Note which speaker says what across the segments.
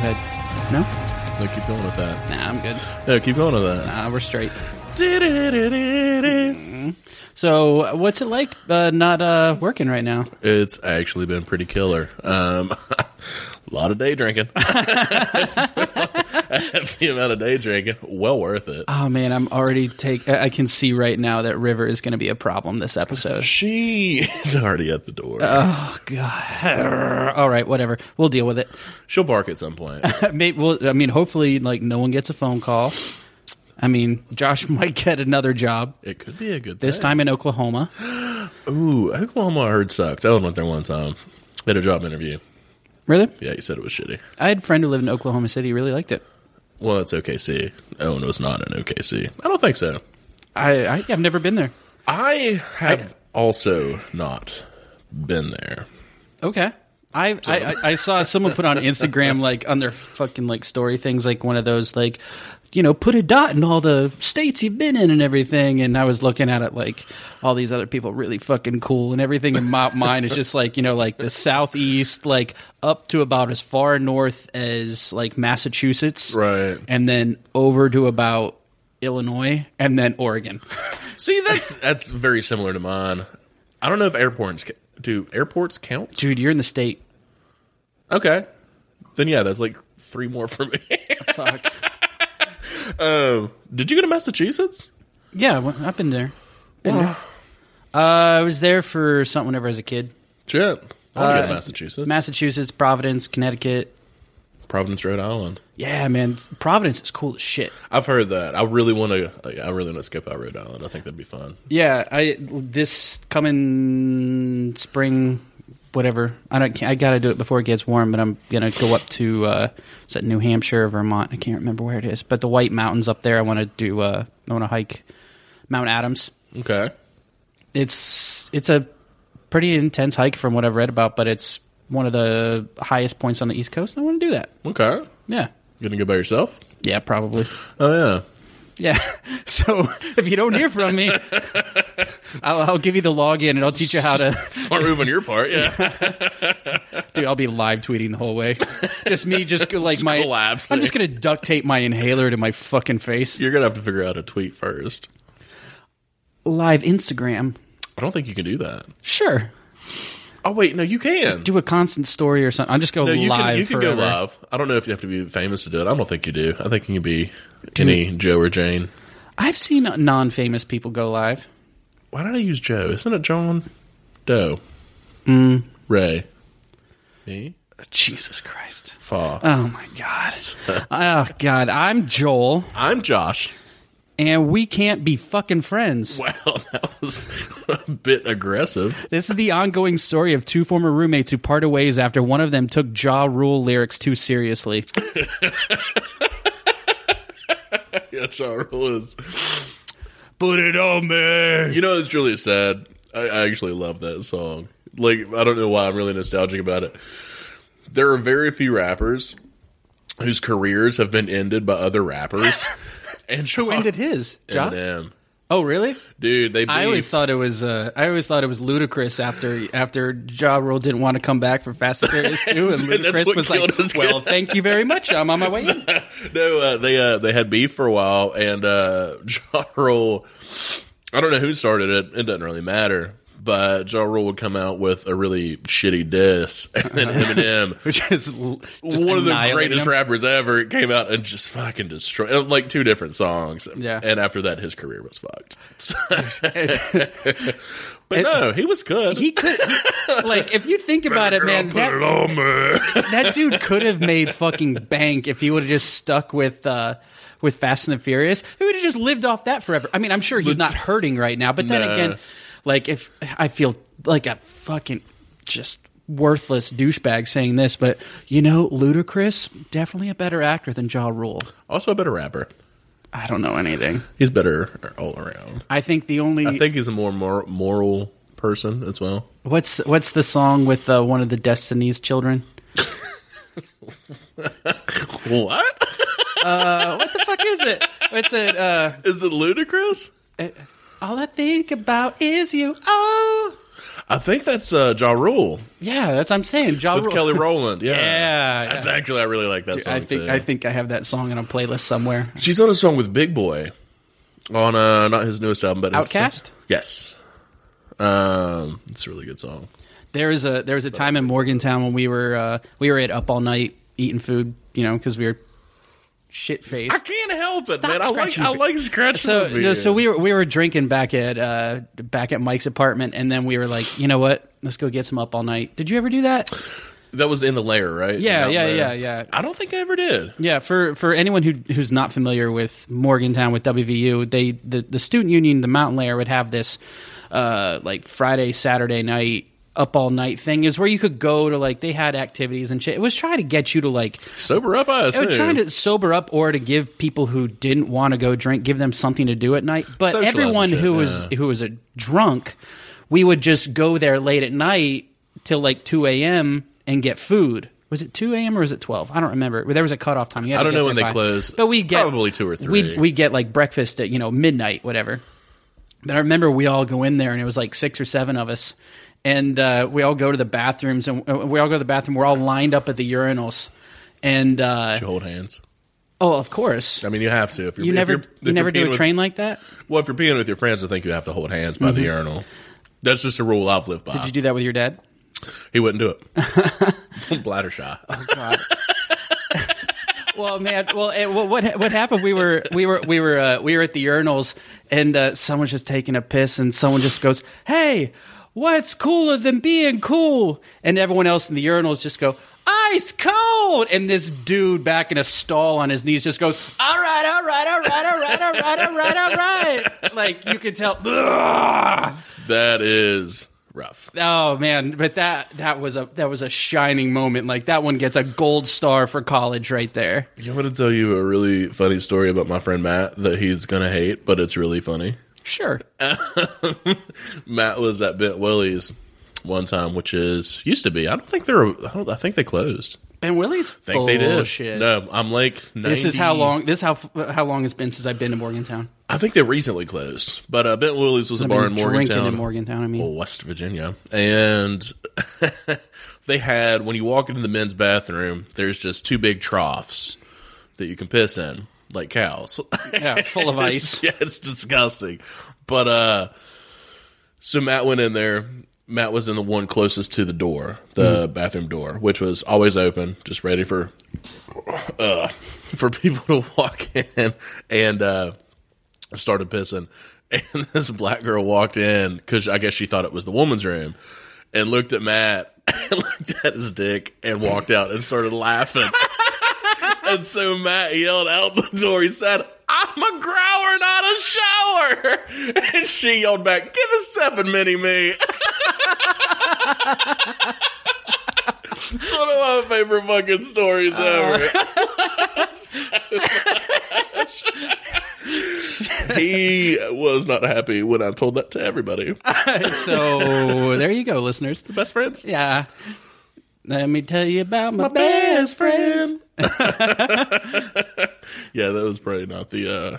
Speaker 1: head.
Speaker 2: No?
Speaker 3: No, keep going with that.
Speaker 1: Nah, I'm good.
Speaker 3: No, keep going with that.
Speaker 1: Nah, we're straight.
Speaker 3: It's
Speaker 1: So, what's it like uh, not uh, working right now?
Speaker 3: actually been pretty killer. Um, a lot of day drinking. So, the amount of day drinking, well worth it.
Speaker 1: Oh man, I'm already take. I I can see right now that River is going to be a problem this episode.
Speaker 3: She is already at the door.
Speaker 1: Oh god. All right, whatever. We'll deal with it.
Speaker 3: She'll bark at some point.
Speaker 1: Maybe we'll, I mean, hopefully, like no one gets a phone call. I mean, Josh might get another job
Speaker 3: It could be a good
Speaker 1: this
Speaker 3: thing.
Speaker 1: time in Oklahoma.
Speaker 3: Ooh, Oklahoma I heard sucked. Ellen went there one time. Did a job interview.
Speaker 1: Really?
Speaker 3: Yeah, he said it was shitty.
Speaker 1: I had a friend who lived in Oklahoma City. He Really liked it.
Speaker 3: Well, it's OKC. Owen was not in OKC. I don't think so.
Speaker 1: I, I I've never been there.
Speaker 3: I have also not been there.
Speaker 1: Okay. I, I I- I saw someone put on Instagram like on their fucking like story things like one of those like you know put a dot in all the states you've been in and everything and I was looking at it like all these other people really fucking cool and everything in my mind is just like you know like the southeast like up to about as far north as like Massachusetts
Speaker 3: Right.
Speaker 1: and then over to about Illinois and then Oregon
Speaker 3: See, that's that's very similar to mine. I don't know if airports ca- do airports count.
Speaker 1: dude you're in the state
Speaker 3: Okay, then yeah, that's like three more for me.
Speaker 1: fuck
Speaker 3: Did you go to Massachusetts?
Speaker 1: Yeah, well, I've been there. Been there. Uh, I was there for something whenever I was a kid.
Speaker 3: Shit, I want to go to
Speaker 1: Uh,
Speaker 3: Massachusetts.
Speaker 1: Massachusetts, Providence, Connecticut.
Speaker 3: Providence, Rhode Island.
Speaker 1: Yeah, man, Providence is cool as shit.
Speaker 3: I've heard that. I really want to. I really want to skip out Rhode Island. I think that'd be fun.
Speaker 1: Yeah, I this coming spring, whatever. I don't. Can't, I gotta do it before it gets warm. But I'm gonna go up to uh, is that New Hampshire or Vermont? I can't remember where it is. But the White Mountains up there. I want to do. Uh, I want to hike Mount Adams.
Speaker 3: Okay,
Speaker 1: it's it's a pretty intense hike from what I've read about, but it's one of the highest points on the East Coast. And I want to do that.
Speaker 3: okay.
Speaker 1: Yeah,
Speaker 3: gonna go by yourself?
Speaker 1: yeah, probably.
Speaker 3: Oh yeah.
Speaker 1: Yeah. So if you don't hear from me, I'll, I'll give you the login and I'll teach you how to.
Speaker 3: Smart move on your part, yeah.
Speaker 1: Dude, I'll be live tweeting the whole way. Just me, just go, like my.
Speaker 3: collapse
Speaker 1: I'm just gonna duct tape my inhaler to my fucking face.
Speaker 3: You're gonna have to figure out a tweet first.
Speaker 1: Live Instagram.
Speaker 3: I don't think you can do that.
Speaker 1: Sure.
Speaker 3: Oh wait, no, you can.
Speaker 1: Do a constant story or something. I'm just go
Speaker 3: no, you
Speaker 1: live.
Speaker 3: can. You can
Speaker 1: forever.
Speaker 3: go live. I don't know if you have to be famous to do it. I don't think you do. I think you can be any Joe or Jane.
Speaker 1: I've seen non-famous people go live.
Speaker 3: Why did I use Joe? Isn't it John Doe?
Speaker 1: Mm.
Speaker 3: Ray. Me.
Speaker 1: Jesus Christ.
Speaker 3: Fa.
Speaker 1: Oh my God. oh God. I'm Joel,
Speaker 3: I'm Josh.
Speaker 1: and we can't be fucking friends.
Speaker 3: Wow, that was a bit aggressive.
Speaker 1: This is the ongoing story of two former roommates who parted ways after one of them took Jaw Rule lyrics too seriously.
Speaker 3: Yeah, John Rule is.
Speaker 1: Put it on me.
Speaker 3: You know, it's really sad. I, I actually love that song. Like, I don't know why I'm really nostalgic about it. There are very few rappers whose careers have been ended by other rappers. and
Speaker 1: Who ended his? Jaw?
Speaker 3: Eminem.
Speaker 1: Oh, really?
Speaker 3: Dude, they beefed.
Speaker 1: I always thought it was. Uh, I always thought it was ludicrous after after Jaw Rule didn't want to come back for Fast and Furious Two, and
Speaker 3: That's
Speaker 1: Ludacris
Speaker 3: what
Speaker 1: was like,
Speaker 3: killed us.
Speaker 1: "Well, thank you very much. I'm on my way." in."
Speaker 3: No, uh, they uh, they had beef for a while, and uh, Ja Rule. I don't know who started it. It doesn't really matter. But Ja Rule would come out with a really shitty diss, and then
Speaker 1: Uh-huh.
Speaker 3: Eminem
Speaker 1: Which is l- just
Speaker 3: one of the
Speaker 1: annihilate
Speaker 3: greatest
Speaker 1: him.
Speaker 3: rappers ever It came out and just fucking destroyed and, like two different songs.
Speaker 1: Yeah.
Speaker 3: And after that his career was fucked. So- but no, he was good.
Speaker 1: he could he- like if you think about it man that, that dude could have made fucking bank if he would have just stuck with uh with fast and the furious he would have just lived off that forever i mean i'm sure he's not hurting right now but then
Speaker 3: No.
Speaker 1: again like if i feel like a fucking just worthless douchebag saying this but you know ludacris definitely a better actor than jaw rule
Speaker 3: also a better rapper.
Speaker 1: i don't know anything
Speaker 3: He's better all around.
Speaker 1: i think the only
Speaker 3: I think he's a more mor- moral person as well.
Speaker 1: what's what's the song with uh, one of the destiny's children
Speaker 3: What?
Speaker 1: what the fuck is it? It's it. Uh,
Speaker 3: Is it ludicrous?
Speaker 1: all I think about is you. Oh,
Speaker 3: I think that's uh, Ja Rule
Speaker 1: Yeah, that's what I'm saying. Ja
Speaker 3: with
Speaker 1: Rule.
Speaker 3: Kelly Rowland. Yeah.
Speaker 1: Yeah,
Speaker 3: That's
Speaker 1: yeah.
Speaker 3: actually I really like that song
Speaker 1: I think
Speaker 3: too.
Speaker 1: I think I have that song on a playlist somewhere.
Speaker 3: She's on a song with Big Boy on uh not his newest album, but his-
Speaker 1: Outkast?
Speaker 3: yes. Um it's a really good song.
Speaker 1: There was a there was a time in Morgantown when we were uh, we were at up all night eating food, you know, because we were shit
Speaker 3: I
Speaker 1: faced.
Speaker 3: can't help it,
Speaker 1: Stop
Speaker 3: man. I like
Speaker 1: scratching
Speaker 3: I
Speaker 1: me.
Speaker 3: like scratching.
Speaker 1: So
Speaker 3: the
Speaker 1: no,
Speaker 3: beard.
Speaker 1: so we were we were drinking back at uh, back at Mike's apartment, and then we were like, you know what, let's go get some up all night. Did you ever do that?
Speaker 3: that was in the layer, right?
Speaker 1: Yeah,
Speaker 3: Out
Speaker 1: yeah,
Speaker 3: there.
Speaker 1: yeah, yeah.
Speaker 3: I don't think I ever did.
Speaker 1: Yeah, for, for anyone who who's not familiar with Morgantown with WVU, they the, the student union, the Mountain Lair would have this uh, like Friday, Saturday night, up all night thing. Is where you could go to like they had activities and shit. It was trying to get you to like
Speaker 3: Sober up, I
Speaker 1: it
Speaker 3: assume.
Speaker 1: was trying to sober up or to give people who didn't want to go drink give them something to do at night. But
Speaker 3: Socialize and
Speaker 1: everyone
Speaker 3: shit,
Speaker 1: who was who was a drunk, we would just go there late at night till like two a.m. and get food. Was it two a.m. or was it twelve? I don't remember. There was a cutoff time. You had to
Speaker 3: I don't
Speaker 1: get
Speaker 3: know
Speaker 1: there
Speaker 3: when they
Speaker 1: by-
Speaker 3: close.
Speaker 1: but we get
Speaker 3: Probably two or
Speaker 1: We
Speaker 3: three.
Speaker 1: we get like breakfast at you know midnight, whatever. But I remember we all go in there, and it was like six or seven of us, and uh, we all go to the bathrooms, and uh, we all go to the bathroom. We're all lined up at the urinals, and uh,
Speaker 3: You hold hands.
Speaker 1: Oh, of course.
Speaker 3: I mean, you have to. If you're,
Speaker 1: You
Speaker 3: if
Speaker 1: never
Speaker 3: you're- if
Speaker 1: you never
Speaker 3: you're
Speaker 1: do
Speaker 3: peeing
Speaker 1: a
Speaker 3: with-
Speaker 1: train like that?
Speaker 3: well, if you're peeing with your friends, I think you have to hold hands by the urinal. That's just a rule I've lived by.
Speaker 1: Did you do that with your dad?
Speaker 3: he wouldn't do it. Bladder shy.
Speaker 1: Well, man. Well, eh, well, what what happened? We were we were we were uh, we were at the urinals, and uh, someone's just taking a piss, and someone just goes, "Hey, what's cooler than being cool?" And everyone else in the urinals just go, "Ice cold!" And this dude back in a stall on his knees just goes, "All right, all right, all right, all right, all right, all right, all right." Like you could tell. "Ugh."
Speaker 3: That is rough.
Speaker 1: Oh man, but that that was a that was a shining moment. Like that one gets a gold star for college right there.
Speaker 3: I'm going to tell you a really funny story about my friend Matt that he's going to hate, but it's really funny.
Speaker 1: Sure.
Speaker 3: Matt was at Bent Willie's one time, which is used to be. I don't think they're. I, don't, I think they closed.
Speaker 1: Ben Willie's
Speaker 3: I think
Speaker 1: bullshit.
Speaker 3: they did. No, I'm like. 90,
Speaker 1: This is how long this is how how long it's been since I've been to Morgantown.
Speaker 3: I think they recently closed, but uh, Bent Willie's was a
Speaker 1: I've
Speaker 3: bar in
Speaker 1: been drinking in
Speaker 3: Morgantown, Oh,
Speaker 1: Morgantown. I mean,
Speaker 3: West Virginia, and they had when you walk into the men's bathroom, there's just two big troughs that you can piss in, like cows.
Speaker 1: yeah, full of ice.
Speaker 3: yeah, it's disgusting. But uh so Matt went in there. Matt was in the one closest to the door, the
Speaker 1: Mm-hmm.
Speaker 3: bathroom door, which was always open, just ready for uh for people to walk in and uh started pissing. And this black girl walked in cuz I guess she thought it was the woman's room and looked at Matt and looked at his dick and walked out and started laughing. And so Matt yelled out the door. He said, I'm a grower, not a shower. And she yelled back, Give a step and mini me. it's one of my favorite fucking stories
Speaker 1: Uh.
Speaker 3: ever. he was not happy when I told that to everybody.
Speaker 1: so there you go, listeners.
Speaker 3: Best friends?
Speaker 1: Yeah. Let me tell you about my, best friend.
Speaker 3: Yeah, that was probably not the. uh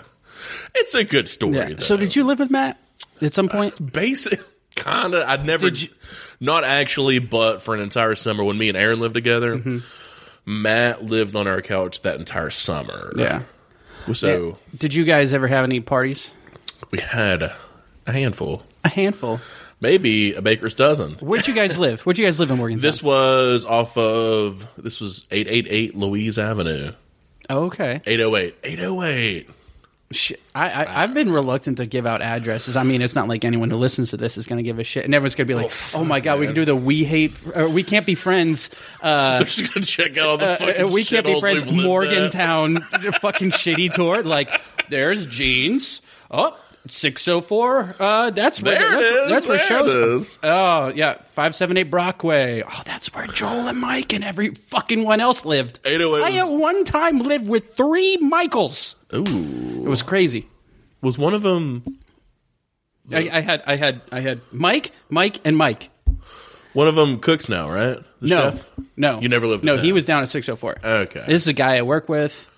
Speaker 3: It's a good story.
Speaker 1: Yeah. So
Speaker 3: though.
Speaker 1: did you live with Matt at some point?
Speaker 3: basic kind of i'd never not actually but for an entire summer when me and aaron lived together
Speaker 1: Mm-hmm.
Speaker 3: matt lived on our couch that entire summer
Speaker 1: Yeah.
Speaker 3: so
Speaker 1: Did you guys ever have any parties?
Speaker 3: we had a handful
Speaker 1: A handful.
Speaker 3: maybe a baker's dozen
Speaker 1: Where'd you guys live? Where'd you guys live in Morgantown?
Speaker 3: this was off of this was 888 louise avenue
Speaker 1: Oh, okay.
Speaker 3: 808 808
Speaker 1: Shit. I, I, I've been reluctant to give out addresses. I mean, it's not like anyone who listens to this is going to give a shit, and everyone's going to be like, "Oh, my god, we can do the we hate or we can't be friends. Uh,
Speaker 3: I'm just gonna check out all the fucking
Speaker 1: uh, we can't be
Speaker 3: shitholes
Speaker 1: friends."
Speaker 3: we've lived at.
Speaker 1: Morgantown, fucking shitty tour. Like, there's jeans. Oh, 604. Uh, that's where
Speaker 3: There it
Speaker 1: that's,
Speaker 3: is.
Speaker 1: That's where
Speaker 3: There
Speaker 1: shows.
Speaker 3: it is.
Speaker 1: Oh yeah, five seven eight Brockway. Oh, that's where Joel and Mike and every fucking one else lived.
Speaker 3: 808
Speaker 1: I at one time lived with three Michaels.
Speaker 3: Ooh,
Speaker 1: It was crazy.
Speaker 3: was one of them
Speaker 1: I, I had I had I had Mike, Mike, and Mike.
Speaker 3: one of them cooks now, right? The
Speaker 1: No,
Speaker 3: chef?
Speaker 1: no,
Speaker 3: You never lived
Speaker 1: No,
Speaker 3: with
Speaker 1: he
Speaker 3: him.
Speaker 1: was down at six hundred four.
Speaker 3: Okay.
Speaker 1: this is a guy I work with,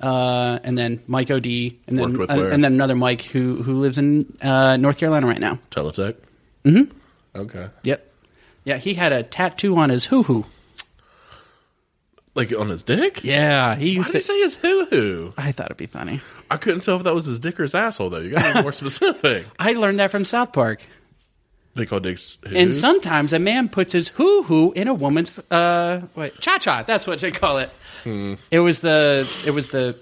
Speaker 1: uh, and then Mike Od, and then
Speaker 3: Worked with
Speaker 1: and,
Speaker 3: where?
Speaker 1: and then another Mike who who lives in uh, North Carolina right now.
Speaker 3: Teletech. Mm-hmm. Okay.
Speaker 1: Yep. Yeah, he had a tattoo on his hoo hoo.
Speaker 3: Like on his dick?
Speaker 1: Yeah, he
Speaker 3: Why
Speaker 1: used
Speaker 3: did
Speaker 1: to.
Speaker 3: you say his hoo hoo?
Speaker 1: I thought it'd be funny.
Speaker 3: I couldn't tell if that was his dick or his asshole, though. You gotta be more specific.
Speaker 1: I learned that from South Park.
Speaker 3: They call dicks hoo
Speaker 1: And sometimes a man puts his hoo hoo in a woman's uh wait cha cha. That's what they call it.
Speaker 3: Hmm.
Speaker 1: It was the it was the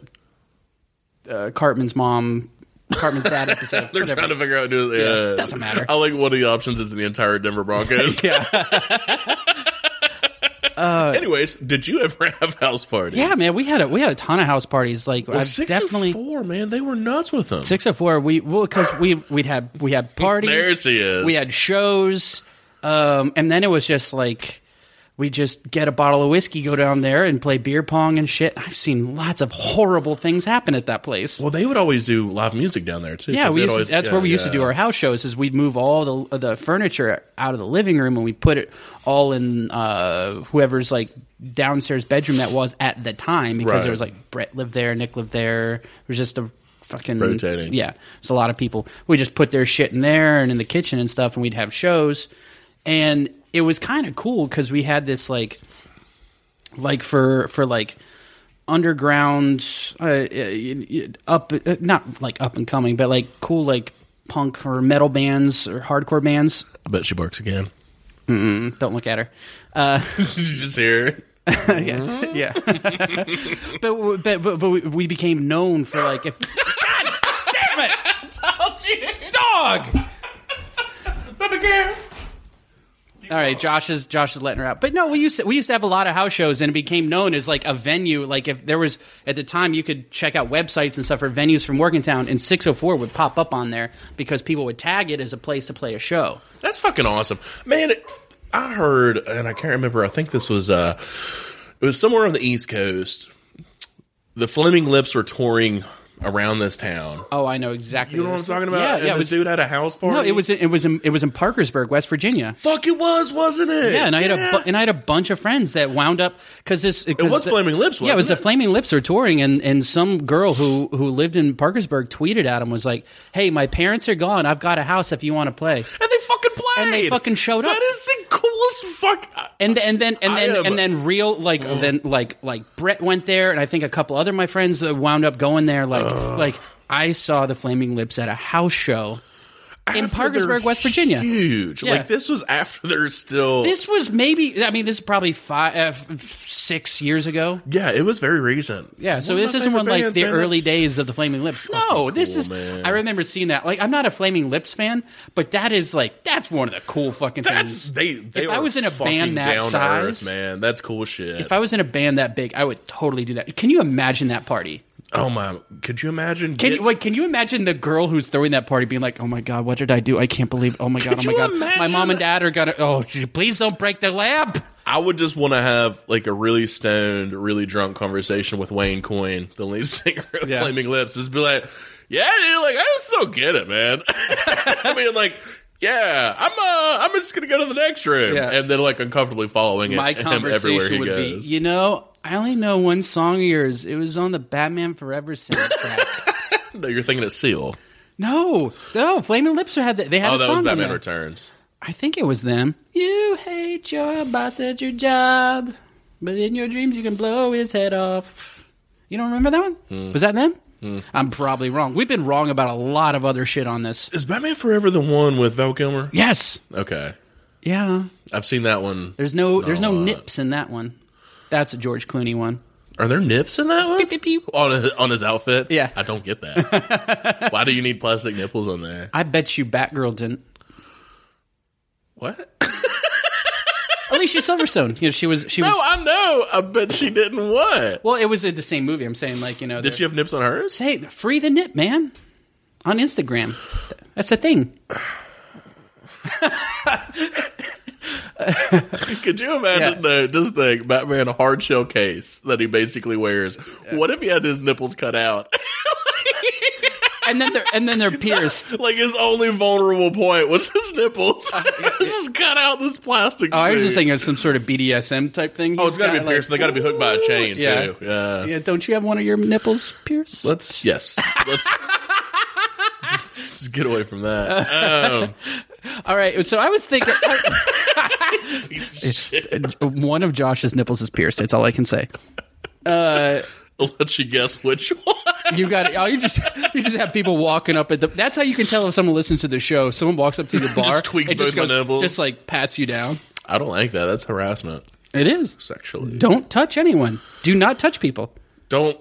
Speaker 1: uh, Cartman's mom, Cartman's dad episode.
Speaker 3: They're
Speaker 1: whatever.
Speaker 3: trying to figure out. Who, yeah,
Speaker 1: doesn't matter.
Speaker 3: I like one of the options is in the entire Denver Broncos.
Speaker 1: yeah,
Speaker 3: Anyways, did you ever have house parties?
Speaker 1: yeah, man. We had a we had a ton of house parties. Like I've
Speaker 3: Six
Speaker 1: definitely
Speaker 3: and four, man. They were nuts with them.
Speaker 1: six of four. We well because we we'd had we had parties.
Speaker 3: There she is.
Speaker 1: We had shows, um, and then it was just like we just get a bottle of whiskey, go down there, and play beer pong and shit. I've seen lots of horrible things happen at that place.
Speaker 3: Well, they would always do live music down there too.
Speaker 1: Yeah,
Speaker 3: 'cause
Speaker 1: we
Speaker 3: they'd
Speaker 1: used to,
Speaker 3: always-
Speaker 1: that's
Speaker 3: yeah,
Speaker 1: where we used to
Speaker 3: yeah.
Speaker 1: do our house shows. Is we'd move all the the furniture out of the living room and we put it all in uh, whoever's like downstairs bedroom that was at the time because
Speaker 3: Right.
Speaker 1: there was like Brett lived there, Nick lived there. It was just a fucking
Speaker 3: Rotating.
Speaker 1: Yeah, it's a lot of people. We just put their shit in there and in the kitchen and stuff, and we'd have shows. And it was kind of cool because we had this like like for for like underground uh, uh, up uh, not like up and coming but like cool like punk or metal bands or hardcore bands
Speaker 3: I bet she barks again.
Speaker 1: don't look at her
Speaker 3: Did you just hear?
Speaker 1: yeah yeah but, we- but but but we- we became known for like if god damn it dog all right, Josh is Josh is letting her out. But no, we used to, we used to have a lot of house shows, and it became known as like a venue. Like if there was at the time, you could check out websites and stuff for venues from Morgantown, and six hundred four would pop up on there because people would tag it as a place to play a show.
Speaker 3: That's fucking awesome, man. it- I heard, and I can't remember. I think this was uh, it was somewhere on the East Coast. The Fleming Lips were touring around this town.
Speaker 1: Oh, I know exactly.
Speaker 3: You know what I'm
Speaker 1: this-
Speaker 3: talking about?
Speaker 1: Yeah,
Speaker 3: and
Speaker 1: yeah.
Speaker 3: this
Speaker 1: It was,
Speaker 3: dude had a house party.
Speaker 1: no, it was it was in, it was in Parkersburg, West Virginia.
Speaker 3: fuck. It was, wasn't it?
Speaker 1: Yeah, and I had a bu- and I had a bunch of friends that wound up because this it
Speaker 3: was Flaming Lips,
Speaker 1: yeah, it was the
Speaker 3: wasn't it?
Speaker 1: Flaming Lips are touring, and and some girl who who lived in Parkersburg tweeted at him was like, "Hey, my parents are gone. I've got a house if you want to play."
Speaker 3: and they fucking played.
Speaker 1: And they fucking showed up.
Speaker 3: That is the coolest fuck. uh,
Speaker 1: And th- and then and
Speaker 3: I Mm.
Speaker 1: then
Speaker 3: am-
Speaker 1: and then real like then like like Brett went there, and I think a couple other my friends uh, wound up going there. Like like I saw the Flaming Lips at a house show in
Speaker 3: After
Speaker 1: Parkersburg,
Speaker 3: they're
Speaker 1: West Virginia.
Speaker 3: Huge.
Speaker 1: Yeah.
Speaker 3: Like this was after they're still.
Speaker 1: This was maybe I mean this is probably five uh, f- six years ago.
Speaker 3: yeah, it was very recent.
Speaker 1: Yeah, so
Speaker 3: One of
Speaker 1: this
Speaker 3: my
Speaker 1: isn't one
Speaker 3: favorite
Speaker 1: like
Speaker 3: bands,
Speaker 1: the
Speaker 3: man.
Speaker 1: early
Speaker 3: That's-
Speaker 1: days of the Flaming Lips. No, this
Speaker 3: cool,
Speaker 1: is.
Speaker 3: man.
Speaker 1: I remember seeing that. Like, I'm not a Flaming Lips fan, but that is like that's one of the cool fucking
Speaker 3: That's
Speaker 1: things.
Speaker 3: they. they
Speaker 1: If I
Speaker 3: are
Speaker 1: was in a
Speaker 3: fucking
Speaker 1: band that
Speaker 3: down to
Speaker 1: size-
Speaker 3: earth, man, that's cool shit.
Speaker 1: If I was in a band that big, I would totally do that. Can you imagine that party?
Speaker 3: oh my, could you imagine?
Speaker 1: Can
Speaker 3: get-
Speaker 1: you, like, can you imagine the girl who's throwing that party being like, "Oh my god, what did I do? I can't believe! Oh my god,
Speaker 3: Could
Speaker 1: oh my
Speaker 3: you
Speaker 1: god, my
Speaker 3: imagine
Speaker 1: mom and dad are gonna. Oh, sh- please don't break the lamp."
Speaker 3: I would just want to have like a really stoned, really drunk conversation with Wayne Coyne, the lead singer of
Speaker 1: Yeah.
Speaker 3: Flaming Lips. Just be like, yeah, dude, like I just don't get it, man. I mean, like. Yeah, I'm. Uh, I'm just gonna go to the next room,
Speaker 1: Yeah.
Speaker 3: and then like uncomfortably following
Speaker 1: My
Speaker 3: it, him everywhere he
Speaker 1: conversation would
Speaker 3: goes.
Speaker 1: be, you know, I only know one song of yours. It was on the Batman Forever soundtrack.
Speaker 3: No, you're thinking of Seal.
Speaker 1: No, no, Flaming Lips had that. They had
Speaker 3: Oh,
Speaker 1: a
Speaker 3: that
Speaker 1: song.
Speaker 3: was
Speaker 1: on
Speaker 3: Batman
Speaker 1: there.
Speaker 3: Returns.
Speaker 1: I think it was them. You hate your boss at your job, but in your dreams you can blow his head off. You don't remember that one?
Speaker 3: Hmm.
Speaker 1: Was that them? I'm probably wrong. We've been wrong about a lot of other shit on this.
Speaker 3: Is Batman Forever the one with Val Kilmer?
Speaker 1: Yes.
Speaker 3: Okay,
Speaker 1: Yeah.
Speaker 3: I've seen that one.
Speaker 1: There's no. There's no
Speaker 3: uh,
Speaker 1: nips in that one. That's a George Clooney one.
Speaker 3: Are there nips in that one?
Speaker 1: Beep, beep, beep.
Speaker 3: On his, on his outfit?
Speaker 1: Yeah.
Speaker 3: I don't get that. Why do you need plastic nipples on there?
Speaker 1: I bet you Batgirl didn't.
Speaker 3: What?
Speaker 1: Alicia Silverstone. You know, she was. She
Speaker 3: No,
Speaker 1: was.
Speaker 3: I know. I bet she didn't. What?
Speaker 1: Well, it was in the same movie. I'm saying, like, you know,
Speaker 3: Did she have nips on hers?
Speaker 1: Hey, free the nip, man. On Instagram. That's a thing.
Speaker 3: Could you imagine though? Just think, Batman hard shell case that he basically wears. What if he had his nipples cut out?
Speaker 1: And then they're and then they're pierced.
Speaker 3: like his only vulnerable point was his nipples. this is cut out this plastic.
Speaker 1: Oh, I was
Speaker 3: suit.
Speaker 1: just thinking of some sort of BDSM type thing.
Speaker 3: Oh, it's got to be pierced. they got to be hooked by a chain
Speaker 1: Yeah.
Speaker 3: too. Yeah.
Speaker 1: Yeah, don't you have one of your nipples pierced?
Speaker 3: Let's yes. Let's, let's get away from that. Um,
Speaker 1: All right. So I was thinking
Speaker 3: Piece of shit.
Speaker 1: one of Josh's nipples is pierced. That's all I can say. Uh,
Speaker 3: I'll let you guess which one.
Speaker 1: you got oh, you just you just have people walking up at the. That's how you can tell if someone listens to the show. Someone walks up to your bar,
Speaker 3: tweaks
Speaker 1: and just
Speaker 3: both my
Speaker 1: goes-
Speaker 3: nipples.
Speaker 1: just like pats you down.
Speaker 3: I don't like that. That's harassment.
Speaker 1: It is.
Speaker 3: Sexually.
Speaker 1: Don't touch anyone. Do not touch people.
Speaker 3: Don't.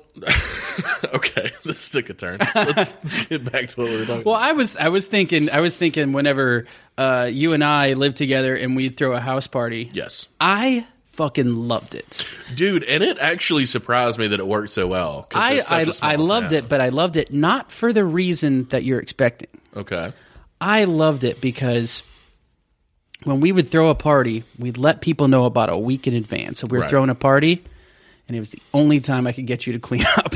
Speaker 3: okay, this took a turn. Let's, let's get back to what we were talking.
Speaker 1: Well, I was I was thinking I was thinking whenever uh, you and I lived together and we'd throw a house party.
Speaker 3: Yes,
Speaker 1: I fucking loved it.
Speaker 3: dude, and it actually surprised me that it worked so well. 'cause
Speaker 1: I
Speaker 3: it's such a
Speaker 1: I, I
Speaker 3: small
Speaker 1: loved
Speaker 3: town.
Speaker 1: it, but I loved it not for the reason that you're expecting.
Speaker 3: Okay,
Speaker 1: I loved it because when we would throw a party, we'd let people know about a week in advance. So we were
Speaker 3: Right.
Speaker 1: throwing a party, and it was the only time I could get you to clean up.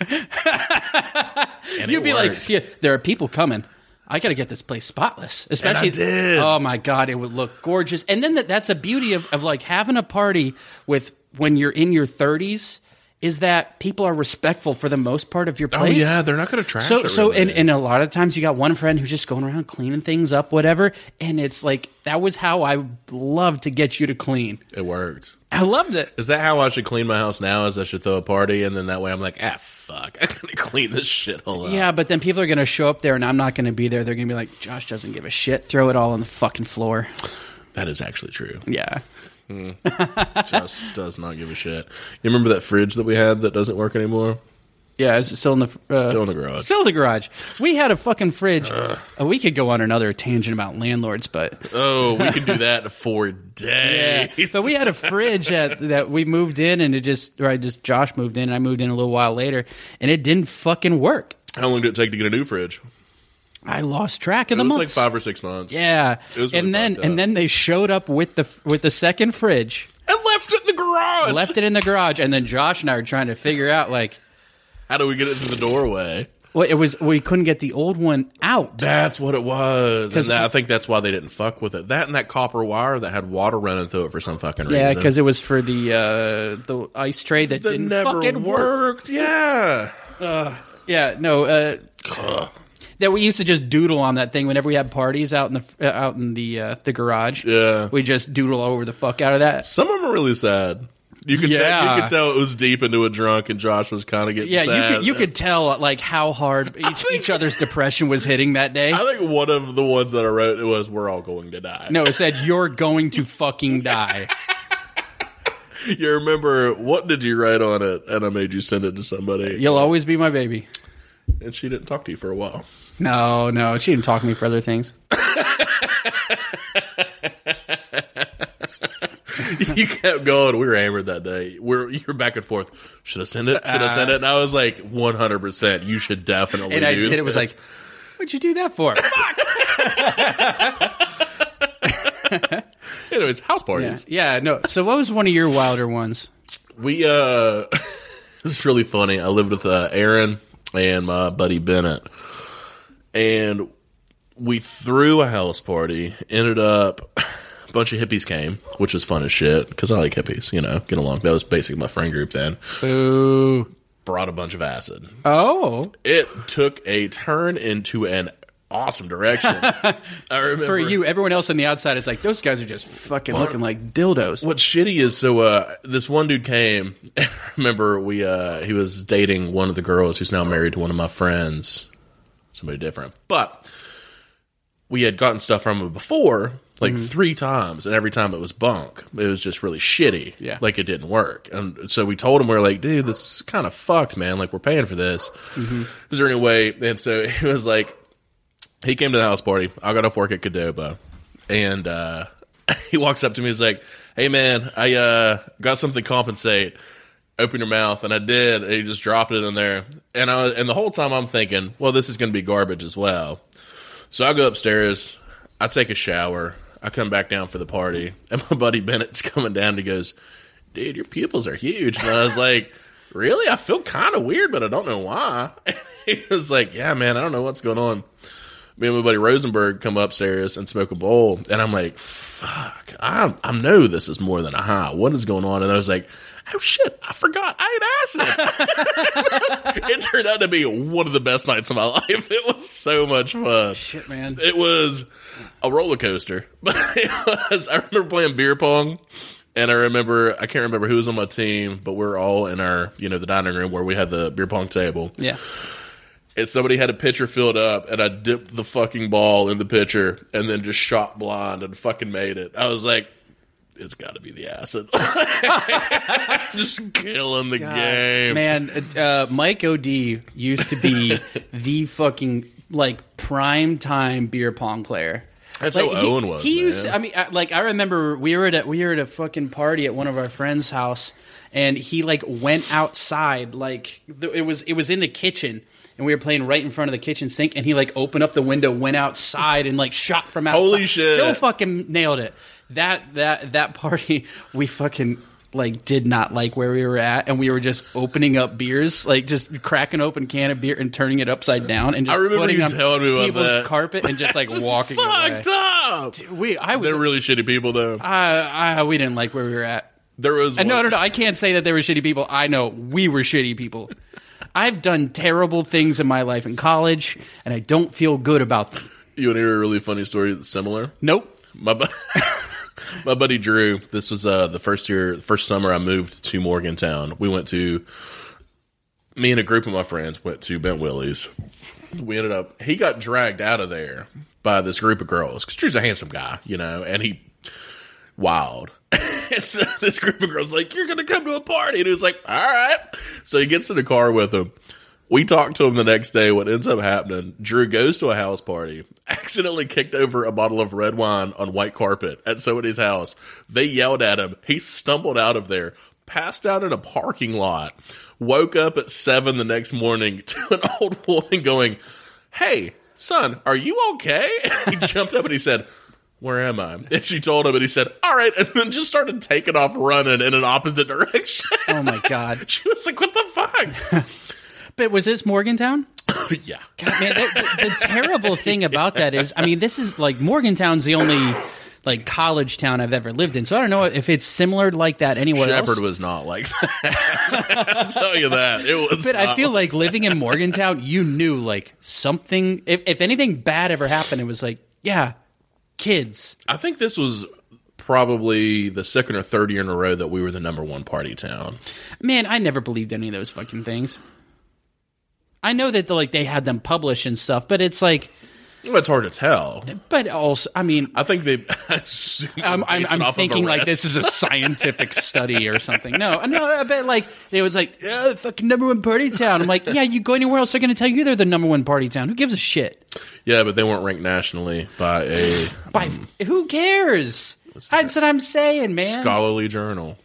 Speaker 3: And
Speaker 1: You'd
Speaker 3: it
Speaker 1: be
Speaker 3: worked.
Speaker 1: like, yeah, there are people coming. I got to get this place spotless. Especially,
Speaker 3: did.
Speaker 1: oh my god, it would look gorgeous. And then that, that's a beauty of, of like having a party with when you're in your 30s is that people are respectful for the most part of your
Speaker 3: oh
Speaker 1: place.
Speaker 3: yeah, they're not going to trash.
Speaker 1: So
Speaker 3: it
Speaker 1: so
Speaker 3: really.
Speaker 1: and, and a lot of times you got one friend who's just going around cleaning things up, whatever, and it's like that was how I loved to get you to clean.
Speaker 3: it worked.
Speaker 1: I loved it.
Speaker 3: Is that how I should clean my house now? Is I should throw a party and then that way I'm like, ah, fuck, I gotta clean this shit all up.
Speaker 1: Yeah, but then people are gonna show up there and I'm not gonna be there. They're gonna be like, Josh doesn't give a shit. Throw it all on the fucking floor.
Speaker 3: That is actually true.
Speaker 1: Yeah.
Speaker 3: Just does not give a shit. You remember that fridge that we had that doesn't work anymore?
Speaker 1: Yeah, is it still in the uh,
Speaker 3: Still in the garage.
Speaker 1: Still in the garage. We had a fucking fridge. Uh, we could go on another tangent about landlords, but
Speaker 3: Oh, we can do that for days.
Speaker 1: so we had a fridge at, that we moved in, and it just or I just Josh moved in, and I moved in a little while later, and it didn't fucking work.
Speaker 3: How long did it take to get a new fridge?
Speaker 1: I lost track of
Speaker 3: It
Speaker 1: the
Speaker 3: was
Speaker 1: months.
Speaker 3: like five or six months.
Speaker 1: yeah,
Speaker 3: It was really
Speaker 1: and then
Speaker 3: fucked up.
Speaker 1: and then they showed up with the with the second fridge,
Speaker 3: And left it in the garage.
Speaker 1: left it in the garage, and then Josh and I were trying to figure out like.
Speaker 3: How do we get it through the doorway?
Speaker 1: Well, it was we couldn't get the old one out.
Speaker 3: That's what it was. And that, I think that's why they didn't fuck with it. That and that copper wire that had water running through it for some fucking reason.
Speaker 1: Yeah, because it was for the uh, the ice tray that,
Speaker 3: that
Speaker 1: didn't
Speaker 3: never
Speaker 1: fucking work.
Speaker 3: worked. Yeah.
Speaker 1: Yeah, no. Uh, that we used to just doodle on that thing whenever we had parties out in the uh, out in the uh, the garage.
Speaker 3: Yeah.
Speaker 1: we just doodle over the fuck out of that.
Speaker 3: Some of them are really sad. You could tell,
Speaker 1: Yeah.
Speaker 3: you could tell it was deep into a drunk, and Josh was kind of getting
Speaker 1: Yeah,
Speaker 3: sad.
Speaker 1: you could you could tell like how hard each,
Speaker 3: think-
Speaker 1: each other's depression was hitting that day.
Speaker 3: I think one of the ones that I wrote it was "We're all going to die."
Speaker 1: No, it said you're going to fucking die.
Speaker 3: you remember what did you write on it? And I made you send it to somebody,
Speaker 1: You'll always be my baby.
Speaker 3: and she didn't talk to you for a while.
Speaker 1: No, no, she didn't talk to me for other things.
Speaker 3: you kept going. We were hammered that day. We're you're back and forth. Should I send it? Should I send it? And I was like, one hundred percent. You should definitely.
Speaker 1: And I
Speaker 3: do
Speaker 1: did. It was
Speaker 3: this.
Speaker 1: like, what'd you do that for?
Speaker 3: anyways, house parties.
Speaker 1: yeah, no. So what was one of your wilder ones?
Speaker 3: We uh, it's really funny. I lived with uh, Aaron and my buddy Bennett, and we threw a house party. Ended up, a bunch of hippies came, which was fun as shit because I like hippies. You know, get along. That was basically my friend group then.
Speaker 1: Boo.
Speaker 3: Brought a bunch of acid.
Speaker 1: Oh,
Speaker 3: It took a turn into an awesome direction. I remember
Speaker 1: for you, everyone else on the outside is like, those guys are just fucking looking like dildos.
Speaker 3: what's shitty is so uh this one dude came and I remember we uh he was dating one of the girls who's now married to one of my friends somebody different but we had gotten stuff from him before like three times and every time it was bunk it was just really shitty
Speaker 1: Yeah.
Speaker 3: like it didn't work and so we told him we are like dude this is kind of fucked man like we're paying for this is there any way and so he was like he came to the house party. I got off work at Cadoba, and uh, he walks up to me. He's like, "Hey, man, I uh, got something to compensate. Open your mouth." And I did. And he just dropped it in there. And I was, and the whole time I'm thinking, "Well, this is going to be garbage as well." So I go upstairs. I take a shower. I come back down for the party, and my buddy Bennett's coming down. And he goes, "Dude, your pupils are huge." And I was like. Really? I feel kind of weird, but I don't know why. he was like, Yeah, man, I don't know what's going on me and my buddy Rosenberg come upstairs and smoke a bowl, and I'm like, "Fuck, I I know this is more than a high. What is going on?" And I was like, "Oh shit, I forgot I had acid." it turned out to be one of the best nights of my life. It was so much fun.
Speaker 1: Shit, man.
Speaker 3: It was a roller coaster. But it was, I remember playing beer pong, and I remember I can't remember who was on my team, but we are all in our you know the dining room where we had the beer pong table,
Speaker 1: Yeah.
Speaker 3: and somebody had a pitcher filled up, and I dipped the fucking ball in the pitcher, and then just shot blind and fucking made it. I was like. It's got to be the acid. Just killing the game.
Speaker 1: Man, uh, Mike OD used to be the fucking like prime time beer pong player.
Speaker 3: That's
Speaker 1: Like,
Speaker 3: how
Speaker 1: he-
Speaker 3: Owen was.
Speaker 1: He
Speaker 3: man.
Speaker 1: used. To, I mean, I, like I remember we were at a, we were at a fucking party at one of our friends' house, and he like went outside. Like th- it was it was in the kitchen, and we were playing right in front of the kitchen sink. And he like opened up the window, went outside, and like shot from outside.
Speaker 3: Holy shit.
Speaker 1: Still fucking nailed it. That that that party we fucking. Like did not like where we were at, and we were just opening up beers, like just cracking open can of beer and turning it upside down, and just
Speaker 3: I remember
Speaker 1: putting
Speaker 3: you
Speaker 1: on
Speaker 3: telling me about
Speaker 1: people's
Speaker 3: that.
Speaker 1: carpet and just like walking away.
Speaker 3: Fucked up.
Speaker 1: We, I was
Speaker 3: They're really shitty people, though.
Speaker 1: I, I, we didn't like where we were at.
Speaker 3: There was
Speaker 1: And Uh, no,
Speaker 3: one-
Speaker 1: no, no. I can't say that they were shitty people. I know we were shitty people. I've done terrible things in my life in college, and I don't feel good about them.
Speaker 3: You want to hear a really funny story that's similar?
Speaker 1: Nope.
Speaker 3: My, bu- my buddy Drew, this was uh, the first year, first summer I moved to Morgantown. We went to, me and a group of my friends went to Bent Willie's. We ended up, he got dragged out of there by this group of girls because Drew's a handsome guy, you know, and he, wild. and so this group of girls like, you're going to come to a party. And he was like, all right. So he gets in the car with them. We talk to him the next day. What ends up happening, Drew goes to a house party, accidentally kicked over a bottle of red wine on white carpet at somebody's house. They yelled at him. He stumbled out of there, passed out in a parking lot, woke up at seven the next morning to an old woman going, Hey, son, are you okay? And he jumped up and he said, where am I? And she told him, and he said, All right, and then just started taking off running in an opposite direction.
Speaker 1: Oh my god.
Speaker 3: she was like, What the fuck?
Speaker 1: But was this Morgantown?
Speaker 3: yeah.
Speaker 1: God, man, the, the, the terrible thing about that is, I mean, this is like Morgantown's the only like college town I've ever lived in, so I don't know if it's similar like that anywhere else.
Speaker 3: Shepard was not like that. I'll tell you that. It was.
Speaker 1: But I
Speaker 3: not-
Speaker 1: feel like living in Morgantown, you knew like something. If, if anything bad ever happened, it was like, yeah, kids.
Speaker 3: I think this was probably the second or third year in a row that we were the number one party town.
Speaker 1: Man, I never believed any of those fucking things. I know that like they had them published and stuff, but it's like,
Speaker 3: Well, It's hard to tell.
Speaker 1: but also, I mean,
Speaker 3: I think they. I'm,
Speaker 1: I'm, I'm, I'm thinking like this is a scientific study or something. No, no, but like it was like yeah, fucking number one party town. I'm like, yeah, you go anywhere else, they're gonna tell you they're the number one party town. Who gives a shit?
Speaker 3: Yeah, but they weren't ranked nationally by a
Speaker 1: By who cares? That's what I'm saying, man.
Speaker 3: scholarly journal.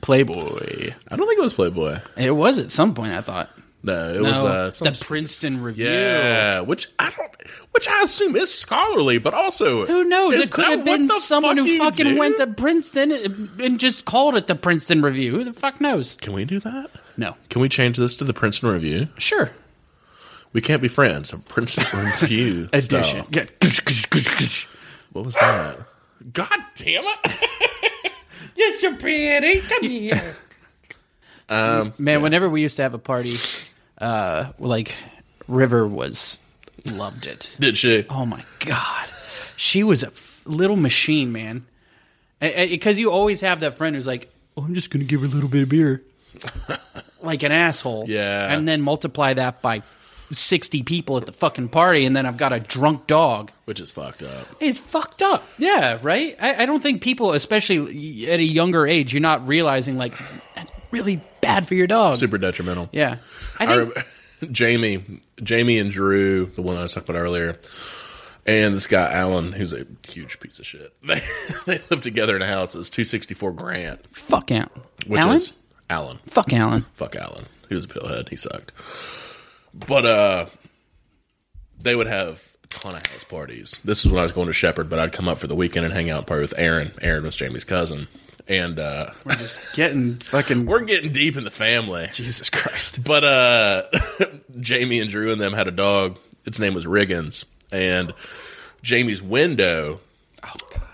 Speaker 1: Playboy.
Speaker 3: I don't think it was Playboy.
Speaker 1: It was at some point. I thought.
Speaker 3: No, it was
Speaker 1: No,
Speaker 3: uh, some
Speaker 1: the Princeton Review.
Speaker 3: Yeah, which I don't, which I assume is scholarly, but also
Speaker 1: Who knows?
Speaker 3: is
Speaker 1: It could
Speaker 3: that
Speaker 1: have been
Speaker 3: what the
Speaker 1: someone
Speaker 3: fuck
Speaker 1: who
Speaker 3: you
Speaker 1: fucking
Speaker 3: do?
Speaker 1: went to Princeton and and just called it the Princeton Review. Who the fuck knows?
Speaker 3: Can we do that?
Speaker 1: No.
Speaker 3: Can we change this to the Princeton Review?
Speaker 1: Sure.
Speaker 3: We can't be friends. A Princeton Review style.
Speaker 1: Edition. Yeah.
Speaker 3: What was that? God damn it!
Speaker 1: Yes, you're pretty. Come here. Um, Man, whenever we used to have a party, uh, like River was loved it.
Speaker 3: Did she?
Speaker 1: Oh my god, she was a f- little machine, man. Because you always have that friend who's like, "Oh, I'm just gonna give her a little bit of beer," like an asshole.
Speaker 3: Yeah.
Speaker 1: and then multiply that by sixty people at the fucking party, and then I've got a drunk dog.
Speaker 3: Which is fucked up.
Speaker 1: It's fucked up. Yeah, right. I, I don't think people, especially at a younger age, you're not realizing like that's really bad for your dog.
Speaker 3: Super detrimental.
Speaker 1: Yeah, I
Speaker 3: I
Speaker 1: think.
Speaker 3: remember, Jamie, Jamie and Drew, the one I was talking about earlier, and this guy Alan, who's a huge piece of shit. They, they live together in a house. It's two sixty four Grant,
Speaker 1: fuck Alan.
Speaker 3: which
Speaker 1: Alan?
Speaker 3: is Alan.
Speaker 1: fuck Alan.
Speaker 3: Fuck Alan. He was a pillhead. He sucked. But uh, they would have a ton of house parties. This is when I was going to Shepherd, but I'd come up for the weekend and hang out and party with Aaron. Aaron was Jamie's cousin, and uh,
Speaker 1: Just getting fucking.
Speaker 3: we're getting deep in the family.
Speaker 1: Jesus Christ.
Speaker 3: But uh Jamie and Drew and them had a
Speaker 1: Oh,
Speaker 3: dog. Its name was Riggins. And Jamie's window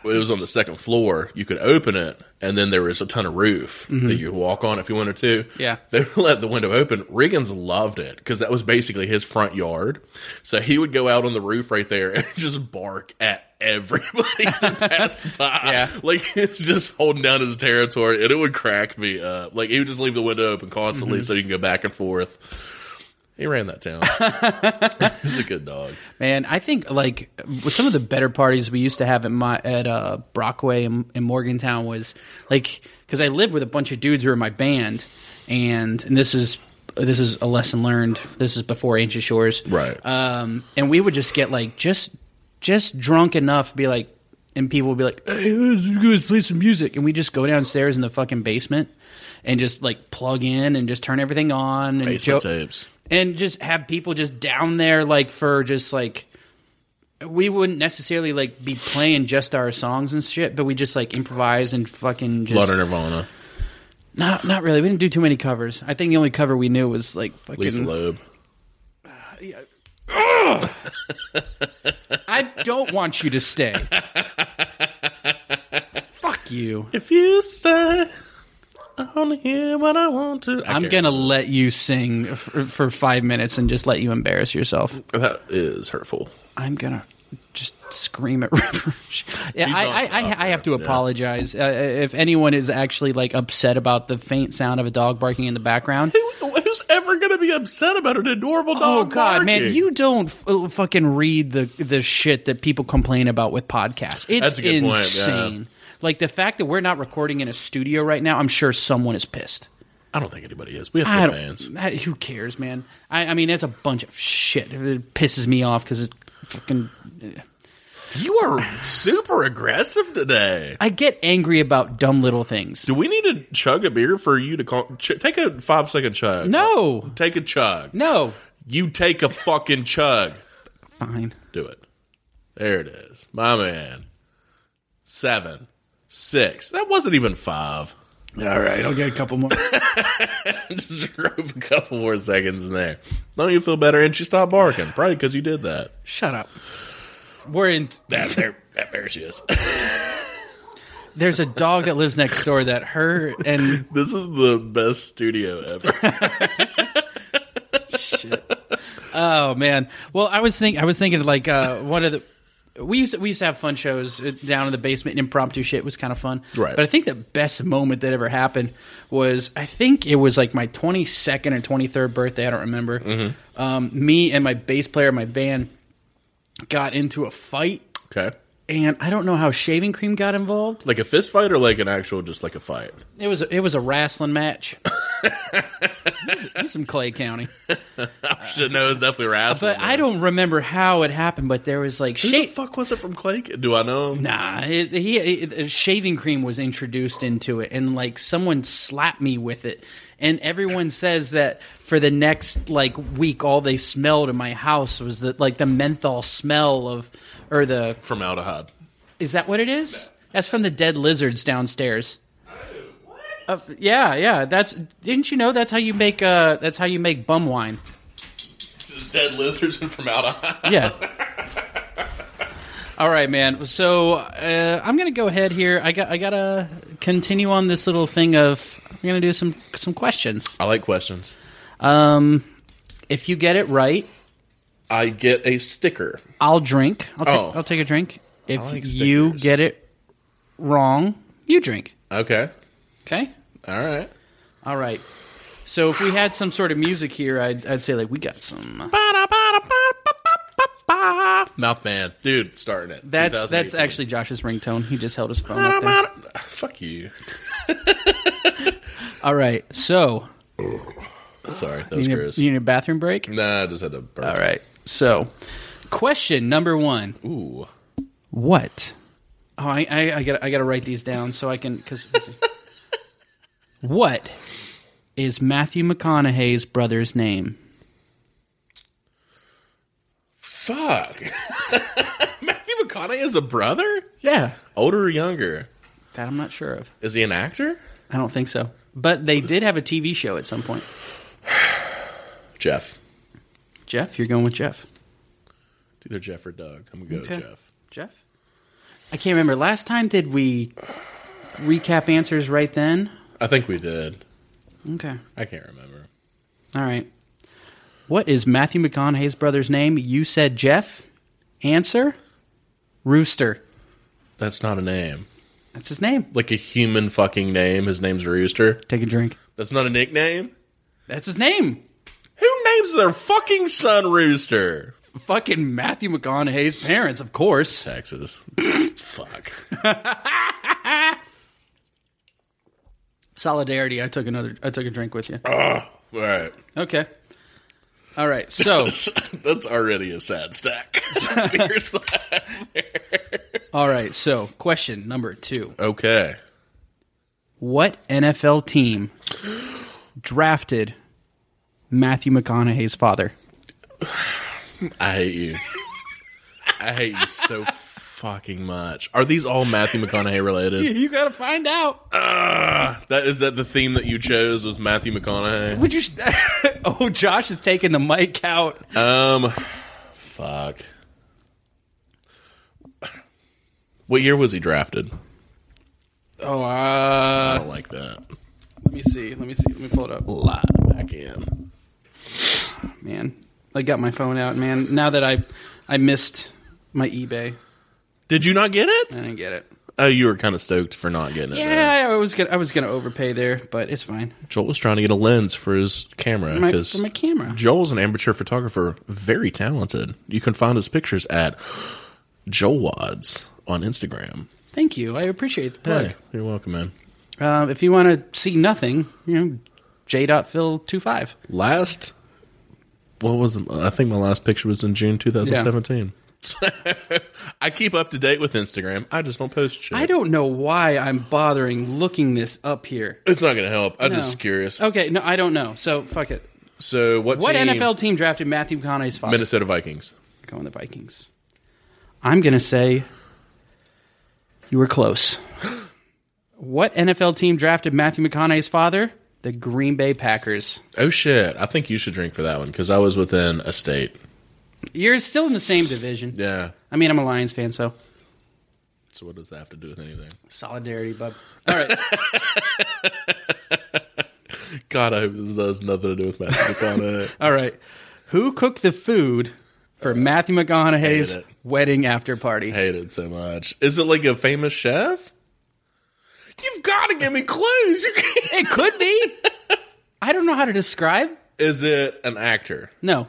Speaker 3: it was on the second floor. You could open it, and then there was a ton of roof that you could walk on if you wanted to.
Speaker 1: Mm-hmm. Yeah.
Speaker 3: They let the window open. Riggins loved it because that was basically his front yard. So he would go out on the roof right there and just bark at everybody that passed by.
Speaker 1: Yeah.
Speaker 3: Like it's just holding down his territory, and it would crack me up. Like he would just leave the window open constantly
Speaker 1: Mm-hmm.
Speaker 3: so you can go back and forth. He ran that town. He's a good dog.
Speaker 1: Man, I think like with some of the better parties we used to have at my at uh, Brockway in, in Morgantown was like because I lived with a bunch of dudes who were in my band, and and this is this is a lesson learned. This is before Ancient Shores,
Speaker 3: Right.
Speaker 1: Um, and we would just get like just just drunk enough, be like, and people would be like, "Hey, let's let's play some music," and we just go downstairs in the fucking basement and just like plug in and just turn everything on and
Speaker 3: Basement
Speaker 1: jo-
Speaker 3: tapes.
Speaker 1: and just have people just down there like for just like we wouldn't necessarily like be playing just our songs and shit, but we just like improvise and fucking just
Speaker 3: Blood of Nirvana.
Speaker 1: not not really. We didn't do too many covers. I think the only cover we knew was like
Speaker 3: Lisa
Speaker 1: fucking.
Speaker 3: Loeb.
Speaker 1: I don't want you to stay. Fuck you.
Speaker 3: If you stay, I only hear what I want to. I
Speaker 1: I'm
Speaker 3: can't-
Speaker 1: gonna let you sing for, for five minutes and just let you embarrass yourself.
Speaker 3: That is hurtful.
Speaker 1: I'm gonna just scream at River. yeah,
Speaker 3: She's
Speaker 1: I,
Speaker 3: not
Speaker 1: I,
Speaker 3: stopping
Speaker 1: I, I have to
Speaker 3: it, yeah.
Speaker 1: apologize uh, if anyone is actually like upset about the faint sound of a dog barking in the background.
Speaker 3: Who, who's ever going to be upset about an adorable dog?
Speaker 1: Oh God, man!
Speaker 3: barking?
Speaker 1: You don't f- uh, fucking read the the shit that people complain about with podcasts. It's
Speaker 3: That's a good point, yeah.
Speaker 1: insane. Like the fact that we're not recording in a studio right now. I'm sure someone is pissed.
Speaker 3: I don't think anybody is. We have
Speaker 1: I
Speaker 3: good
Speaker 1: don't.
Speaker 3: fans.
Speaker 1: I- who cares, man? I, I mean, it's a bunch of shit. It pisses me off because it fucking
Speaker 3: You are super aggressive today.
Speaker 1: I get angry about dumb little things.
Speaker 3: Do we need to chug a beer for you to call? Ch- take a five second chug.
Speaker 1: No,
Speaker 3: Take a chug.
Speaker 1: no.
Speaker 3: You take a fucking chug.
Speaker 1: Fine.
Speaker 3: Do it. There it is. My man. Seven. Six. That wasn't even five.
Speaker 1: All right, I'll get a couple more.
Speaker 3: just drove a couple more seconds in there. Don't you feel better? And she stopped barking, probably because you did that.
Speaker 1: Shut up. We're in.
Speaker 3: That there, that there she is.
Speaker 1: There's a dog that lives next door that her and
Speaker 3: this is the best studio ever.
Speaker 1: shit. Oh man. Well, I was think I was thinking like uh, one of the we used to, we used to have fun shows uh, down in the basement. and Impromptu shit was kind of fun.
Speaker 3: Right.
Speaker 1: But I think the best moment that ever happened was I think it was like my 22nd or 23rd birthday. I don't remember. Um, me and my bass player, of my band, got into a fight,
Speaker 3: Okay,
Speaker 1: and I don't know how shaving cream got involved.
Speaker 3: like a fist fight or like an actual just like a fight.
Speaker 1: It was it was a wrestling match. he's, he's from Clay County,
Speaker 3: Should know it's definitely rasping.
Speaker 1: but I don't remember how it happened. But there was like
Speaker 3: Who the
Speaker 1: shave.
Speaker 3: fuck was it from Clay? Do I know? him?
Speaker 1: Nah, it, he it, shaving cream was introduced into it, and like someone slapped me with it, and everyone says that for the next like week, all they smelled in my house was that like the menthol smell of, or the
Speaker 3: From Aldehyde.
Speaker 1: is that what it is? That's from the dead lizards downstairs. Uh, yeah, yeah. That's didn't you know that's how you make uh that's how you make bum wine.
Speaker 3: Just dead lizards and from Aldehyde.
Speaker 1: Yeah. All right, man. So uh, I'm gonna go ahead here. I got I gotta continue on this little thing of I'm gonna do some some questions.
Speaker 3: I like questions.
Speaker 1: Um, if you get it right,
Speaker 3: I get a sticker.
Speaker 1: I'll drink. I'll, ta-
Speaker 3: Oh.
Speaker 1: I'll take a drink. If
Speaker 3: like
Speaker 1: you
Speaker 3: stickers.
Speaker 1: get it wrong, you drink.
Speaker 3: Okay.
Speaker 1: Okay.
Speaker 3: All right.
Speaker 1: All right. So if we had some sort of music here, I'd, I'd say like we got some.
Speaker 3: Mouth man, dude, starting it.
Speaker 1: That's that's
Speaker 3: 2018.
Speaker 1: actually Josh's ringtone. He just held his phone. Up there.
Speaker 3: Fuck you.
Speaker 1: All right. So
Speaker 3: Sorry, that
Speaker 1: you
Speaker 3: was
Speaker 1: need, a,
Speaker 3: gross.
Speaker 1: you need a bathroom break.
Speaker 3: Nah, I just had to burp.
Speaker 1: All right. So question number one:
Speaker 3: Ooh.
Speaker 1: What? Oh, I I, I got I got to write these down so I can because what is Matthew McConaughey's brother's name?
Speaker 3: Fuck. Matthew McConaughey is a brother?
Speaker 1: Yeah,
Speaker 3: Older or younger?
Speaker 1: that I'm not sure of.
Speaker 3: Is he an actor?
Speaker 1: I don't think so. But they did have a TV show at some point.
Speaker 3: Jeff.
Speaker 1: Jeff, you're going with Jeff.
Speaker 3: It's either Oh, Jeff or Doug. I'm going to go
Speaker 1: Okay.
Speaker 3: with Jeff.
Speaker 1: Jeff? I can't remember. Last time did we recap answers right then?
Speaker 3: I think we did.
Speaker 1: Okay.
Speaker 3: I can't remember.
Speaker 1: All right. What is Matthew McConaughey's brother's name? You said Jeff. Answer Rooster.
Speaker 3: That's not a name.
Speaker 1: That's his name.
Speaker 3: Like a human fucking name. His name's Rooster.
Speaker 1: Take a drink.
Speaker 3: That's not a nickname.
Speaker 1: That's his name.
Speaker 3: Who names their fucking son Rooster?
Speaker 1: Fucking Matthew McConaughey's parents, of course.
Speaker 3: Texas. Fuck.
Speaker 1: Solidarity. I took another. I took a drink with you.
Speaker 3: All right.
Speaker 1: Okay. All right. So,
Speaker 3: That's already a sad stack. Here's that.
Speaker 1: all right. So, question number two:
Speaker 3: okay.
Speaker 1: What NFL team drafted Matthew McConaughey's father?
Speaker 3: I hate you. I hate you so fucking much. Are these all Matthew McConaughey related? Uh,
Speaker 1: You gotta find out.
Speaker 3: That is that the theme that you chose was Matthew McConaughey?
Speaker 1: Would you? oh, Josh is taking the mic out.
Speaker 3: Um fuck. What year was he drafted?
Speaker 1: Oh,
Speaker 3: I
Speaker 1: uh,
Speaker 3: don't like that.
Speaker 1: let me see. Let me see. Let me pull it up.
Speaker 3: Lie back in.
Speaker 1: Oh, Man, I got my phone out, man. Now that I, I missed my eBay.
Speaker 3: Did you not get it?
Speaker 1: I didn't get it.
Speaker 3: Oh, you were kind of stoked for not getting it. then.
Speaker 1: Yeah, I was gonna, I was gonna overpay there, but it's fine.
Speaker 3: Joel was trying to get a lens for his camera
Speaker 1: My,
Speaker 3: because
Speaker 1: for my camera.
Speaker 3: Joel's an amateur photographer, very talented. You can find his pictures at Joel Wads on Instagram.
Speaker 1: Thank you. I appreciate the plug.
Speaker 3: Hey, you're welcome, man.
Speaker 1: Um, if you want to see nothing, you know, j.phil25.
Speaker 3: Last, what was I think my last picture was in June 2017. I keep up to date with Instagram. I just don't post shit.
Speaker 1: I don't know why I'm bothering looking this up here.
Speaker 3: It's not going to help. I'm
Speaker 1: No.
Speaker 3: just curious.
Speaker 1: Okay, no, I don't know. So fuck it.
Speaker 3: So what?
Speaker 1: What
Speaker 3: team-
Speaker 1: NFL team drafted Matthew McConaughey's father?
Speaker 3: Minnesota Vikings.
Speaker 1: Go on the Vikings. I'm going to say you were close. what NFL team drafted Matthew McConaughey's father? The Green Bay Packers.
Speaker 3: Oh shit! I think you should drink for that one because I was within a state.
Speaker 1: You're still in the same division.
Speaker 3: Yeah.
Speaker 1: I mean, I'm a Lions fan, so
Speaker 3: So what does that have to do with anything?
Speaker 1: solidarity, bub. All right.
Speaker 3: God, I hope this has nothing to do with Matthew McConaughey.
Speaker 1: All right. Who cooked the food for Matthew McConaughey's
Speaker 3: it.
Speaker 1: wedding after party?
Speaker 3: hate it so much. Is it like a famous chef? You've got to give me clues. You can't-
Speaker 1: It could be. I don't know how to describe.
Speaker 3: Is it an actor?
Speaker 1: No.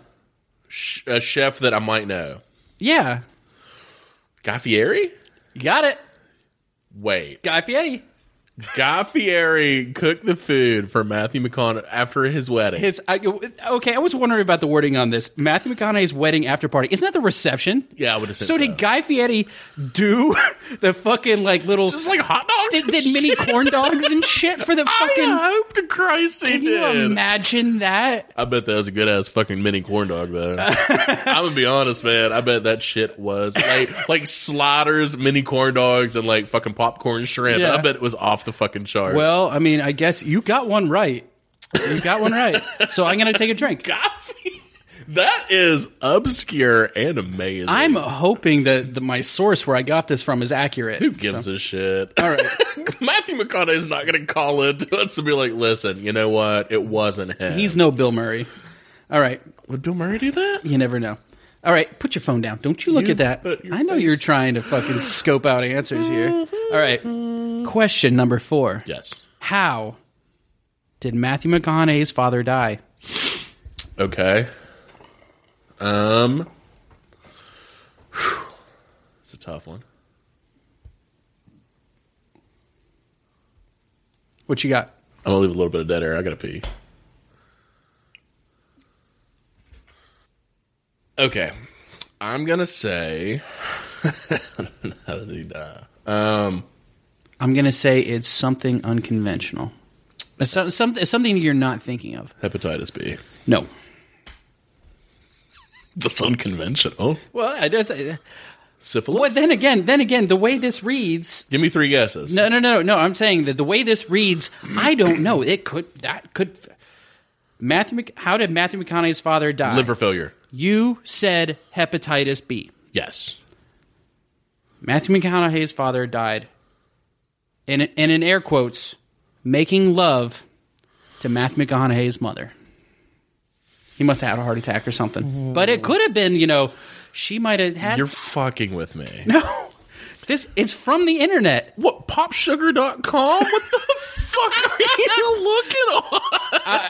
Speaker 3: Sh- A chef that I might know?
Speaker 1: Yeah.
Speaker 3: Guy Fieri?
Speaker 1: Got it.
Speaker 3: Wait.
Speaker 1: Guy Fieri.
Speaker 3: Guy Fieri cooked the food for Matthew McConaughey after his wedding.
Speaker 1: His I, okay, I was wondering about the wording on this. Matthew McConaughey's wedding after party isn't that the reception?
Speaker 3: yeah, I would have said
Speaker 1: So did Guy Fieri do the fucking like little
Speaker 3: Just like hot dogs.
Speaker 1: did,
Speaker 3: and
Speaker 1: did mini
Speaker 3: shit.
Speaker 1: corn dogs and shit for the fucking?
Speaker 3: I hope to Christ he
Speaker 1: Can you
Speaker 3: did.
Speaker 1: imagine that?
Speaker 3: I bet that was a good ass fucking mini corn dog though. I'm gonna be honest, man. I bet that shit was like like sliders, mini corn dogs, and like fucking popcorn shrimp.
Speaker 1: Yeah.
Speaker 3: I bet it was off the fucking charts.
Speaker 1: Well, I mean, I guess you got one right. You got one right. So I'm gonna take a drink.
Speaker 3: coffee. That is obscure and amazing.
Speaker 1: I'm hoping that the, my source where I got this from is accurate.
Speaker 3: who gives a shit.
Speaker 1: All right.
Speaker 3: Matthew McConaughey's not gonna call in to us and be like, "Listen, you know what? It wasn't him."
Speaker 1: He's no Bill Murray. All right.
Speaker 3: would Bill Murray do that?
Speaker 1: You never know. All right, put your phone down. Don't you look
Speaker 3: You
Speaker 1: at that.
Speaker 3: put your
Speaker 1: I know
Speaker 3: face-
Speaker 1: you're trying to fucking scope out answers here. All right. Question number 4.
Speaker 3: Yes.
Speaker 1: How did Matthew McConaughey's father die?
Speaker 3: Okay. Um, whew, it's a tough one.
Speaker 1: What you got?
Speaker 3: I'm gonna leave a little bit of dead air. I gotta pee. Okay, I'm gonna say how did he die?
Speaker 1: I'm going to say it's something unconventional. It's so- some- it's something you're not thinking of.
Speaker 3: Hepatitis B.
Speaker 1: No.
Speaker 3: That's unconventional.
Speaker 1: Well, I just, uh,
Speaker 3: Syphilis.
Speaker 1: well, then again, then again, the way this reads,
Speaker 3: Give me three guesses.
Speaker 1: no, no, no, no. I'm saying that the way this reads, I don't know. It could that could Matthew. Mc, how did Matthew McConaughey's father die?
Speaker 3: Liver failure.
Speaker 1: You said hepatitis B.
Speaker 3: Yes.
Speaker 1: Matthew McConaughey's father died, and and in air quotes, making love to Matthew McConaughey's mother. He must have had a heart attack or something. But it could have been, you know, she might have had.
Speaker 3: You're
Speaker 1: s-
Speaker 3: fucking with me.
Speaker 1: no, this it's from the internet.
Speaker 3: What, popsugar.com? Oh, What the fuck are you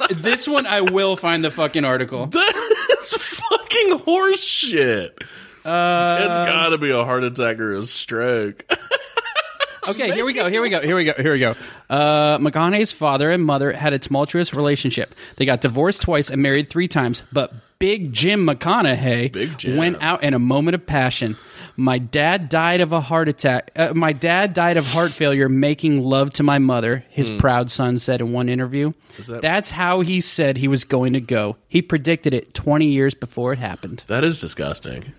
Speaker 3: looking on?
Speaker 1: I, this one I will find the fucking article.
Speaker 3: That is fucking horse shit.
Speaker 1: Uh,
Speaker 3: it's gotta be a heart attack or a stroke.
Speaker 1: Okay, here we go. Here we go. Here we go. Here we go. Uh, McConaughey's father and mother had a tumultuous relationship. They got divorced twice and married three times. But Big Jim McConaughey
Speaker 3: Big Jim.
Speaker 1: went out in a moment of passion. My dad died of a heart attack. Uh, my dad died of heart failure making love to my mother, his proud son said in one interview.
Speaker 3: Hmm. that-
Speaker 1: That's how he said he was going to go. He predicted it 20 years before it happened.
Speaker 3: That is disgusting.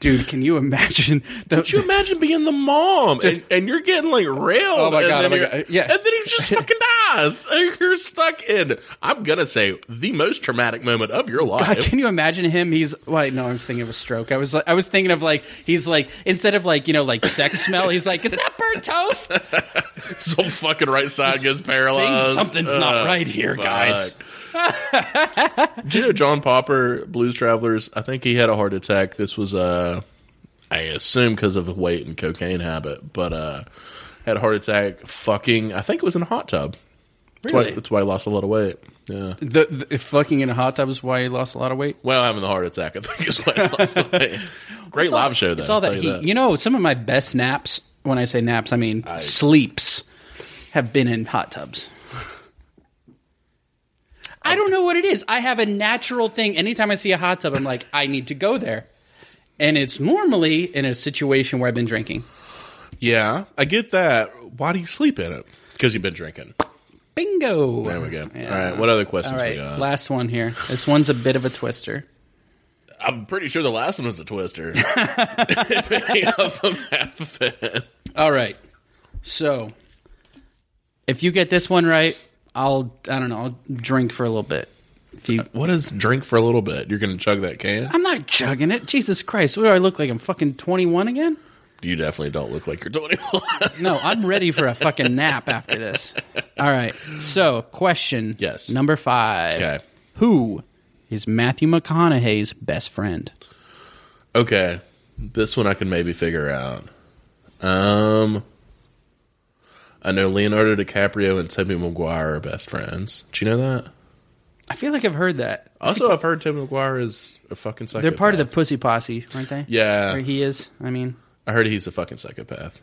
Speaker 1: Dude, can you imagine? The,
Speaker 3: Could you imagine being the mom and, and you're getting like railed?
Speaker 1: Oh my
Speaker 3: and
Speaker 1: God,
Speaker 3: then
Speaker 1: oh my
Speaker 3: you're-
Speaker 1: God, yeah.
Speaker 3: And then he just fucking dies. And you're stuck in, I'm gonna say, the most traumatic moment of your life.
Speaker 1: Can you imagine him? He's wait, no, I was thinking of a stroke. I was like, I was thinking of like he's like instead of like you know like sex smell, he's like is that burnt toast?
Speaker 3: So fucking right side gets paralyzed. Uh,
Speaker 1: something's not right here, guys.
Speaker 3: Do you know John Popper, Blues Travelers? I think he had a heart attack. This was, uh, I assume, because of weight and cocaine habit, but uh, had a heart attack. Fucking, I think it was in a hot tub. That's why,
Speaker 1: Really?
Speaker 3: that's why he lost a lot of weight. Yeah.
Speaker 1: The, the fucking in a hot tub is why he lost a lot of weight.
Speaker 3: Well, having the heart attack, I think, is why he lost the weight. Great
Speaker 1: It's all-
Speaker 3: live show, though.
Speaker 1: It's all
Speaker 3: I'll
Speaker 1: that
Speaker 3: tell
Speaker 1: heat.
Speaker 3: you
Speaker 1: You, know, some of my best naps. When I say naps, I mean sleeps. Have been in hot tubs. I don't know what it is. I have a natural thing. Anytime I see a hot tub, I'm like, I need to go there. And it's normally in a situation where I've been drinking.
Speaker 3: Yeah, I get that. Why do you sleep in it? Because you've been drinking.
Speaker 1: Bingo.
Speaker 3: There we go.
Speaker 1: Yeah.
Speaker 3: All right, what other questions
Speaker 1: All right.
Speaker 3: we got?
Speaker 1: Last one here. This one's a bit of a twister.
Speaker 3: I'm pretty sure the last one was a twister. Picking up from half of it.
Speaker 1: All right. So, if you get this one right, I'll I don't know, I'll drink for a little bit. If you
Speaker 3: What is drink for a little bit? You're going to chug that can?
Speaker 1: I'm not chugging it. Jesus Christ. What do I look like? I'm fucking 21 again?
Speaker 3: You definitely don't look like you're 21.
Speaker 1: No, I'm ready for a fucking nap after this. All right. So, question
Speaker 3: Yes.
Speaker 1: number 5.
Speaker 3: Okay.
Speaker 1: Who is Matthew McConaughey's best friend?
Speaker 3: okay, this one I can maybe figure out. Um, I know Leonardo DiCaprio and Toby Maguire are best friends. Do you know that?
Speaker 1: I feel like I've heard that.
Speaker 3: Also, I've heard Toby Maguire is a fucking psychopath.
Speaker 1: They're part of the Pussy Posse, aren't they?
Speaker 3: Yeah.
Speaker 1: Or he is. I mean,
Speaker 3: I heard he's a fucking psychopath.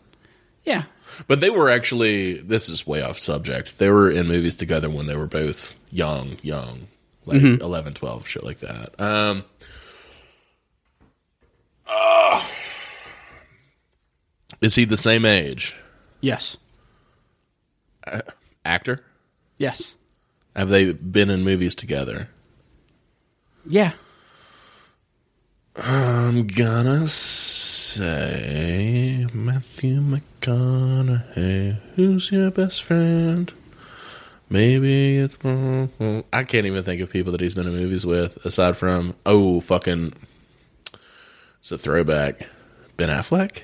Speaker 1: yeah.
Speaker 3: But they were actually this is way off subject. They were in movies together when they were both young, young, like eleven, twelve, 11, 12, shit like that. Um ah. Is he the same age?
Speaker 1: Yes.
Speaker 3: Actor?
Speaker 1: Yes.
Speaker 3: Have they been in movies together?
Speaker 1: Yeah.
Speaker 3: I'm gonna say Matthew McConaughey. Who's your best friend? Maybe it's I can't even think of people that he's been in movies with aside from oh fucking it's a throwback Ben Affleck.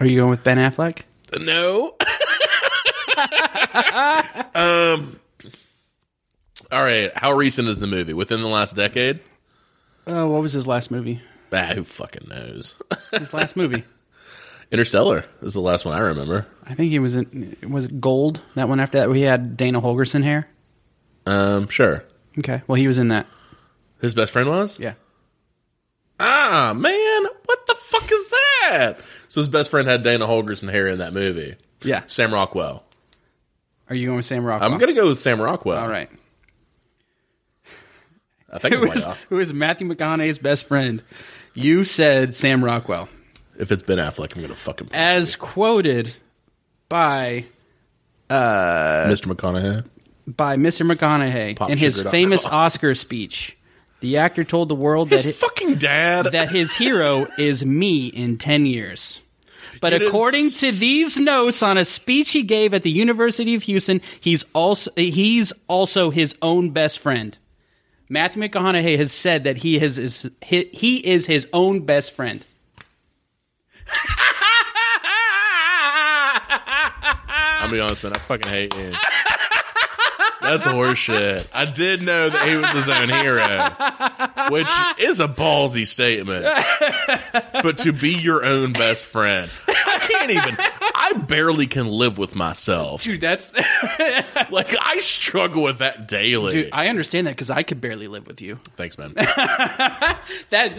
Speaker 1: Are you going with Ben Affleck?
Speaker 3: No. um. All right. How recent is the movie? Within the last decade?
Speaker 1: Uh, what was his last movie?
Speaker 3: Ah, who fucking knows?
Speaker 1: His last movie.
Speaker 3: Interstellar is the last one I remember.
Speaker 1: I think he was in. Was it Gold? That one after that, where he had Dana Holgerson hair.
Speaker 3: Um, sure.
Speaker 1: Okay. Well, he was in that.
Speaker 3: His best friend was?
Speaker 1: Yeah.
Speaker 3: Ah, man, what the fuck is that? So his best friend had Dana Holgerson hair in that movie.
Speaker 1: Yeah.
Speaker 3: Sam Rockwell.
Speaker 1: Are you going with Sam Rockwell?
Speaker 3: I'm gonna go with Sam Rockwell.
Speaker 1: All right.
Speaker 3: I think uh,
Speaker 1: Who
Speaker 3: I'm way
Speaker 1: is,
Speaker 3: off.
Speaker 1: who is Matthew McConaughey's best friend? You said Sam Rockwell,
Speaker 3: If it's Ben Affleck, I'm gonna fucking
Speaker 1: as quoted by
Speaker 3: Mr. McConaughey.
Speaker 1: by Mr. McConaughey in his
Speaker 3: Popsugar.com.
Speaker 1: famous Oscar speech. The actor told the world that
Speaker 3: His
Speaker 1: his,
Speaker 3: fucking dad.
Speaker 1: that his hero is me in 10 years. But
Speaker 3: You didn't
Speaker 1: according to
Speaker 3: s-
Speaker 1: these notes on a speech he gave at the University of Houston, he's also he's also his own best friend. Matthew McConaughey has said that he has is he, he is his own best friend.
Speaker 3: I'll be honest, man. I fucking hate you. That's horseshit. I did know that he was his own hero, which is a ballsy statement. But to be your own best friend, I can't even. I barely can live with myself.
Speaker 1: Dude, that's
Speaker 3: Like I struggle with that daily.
Speaker 1: Dude, I understand that because I could barely live with you.
Speaker 3: Thanks, man.
Speaker 1: That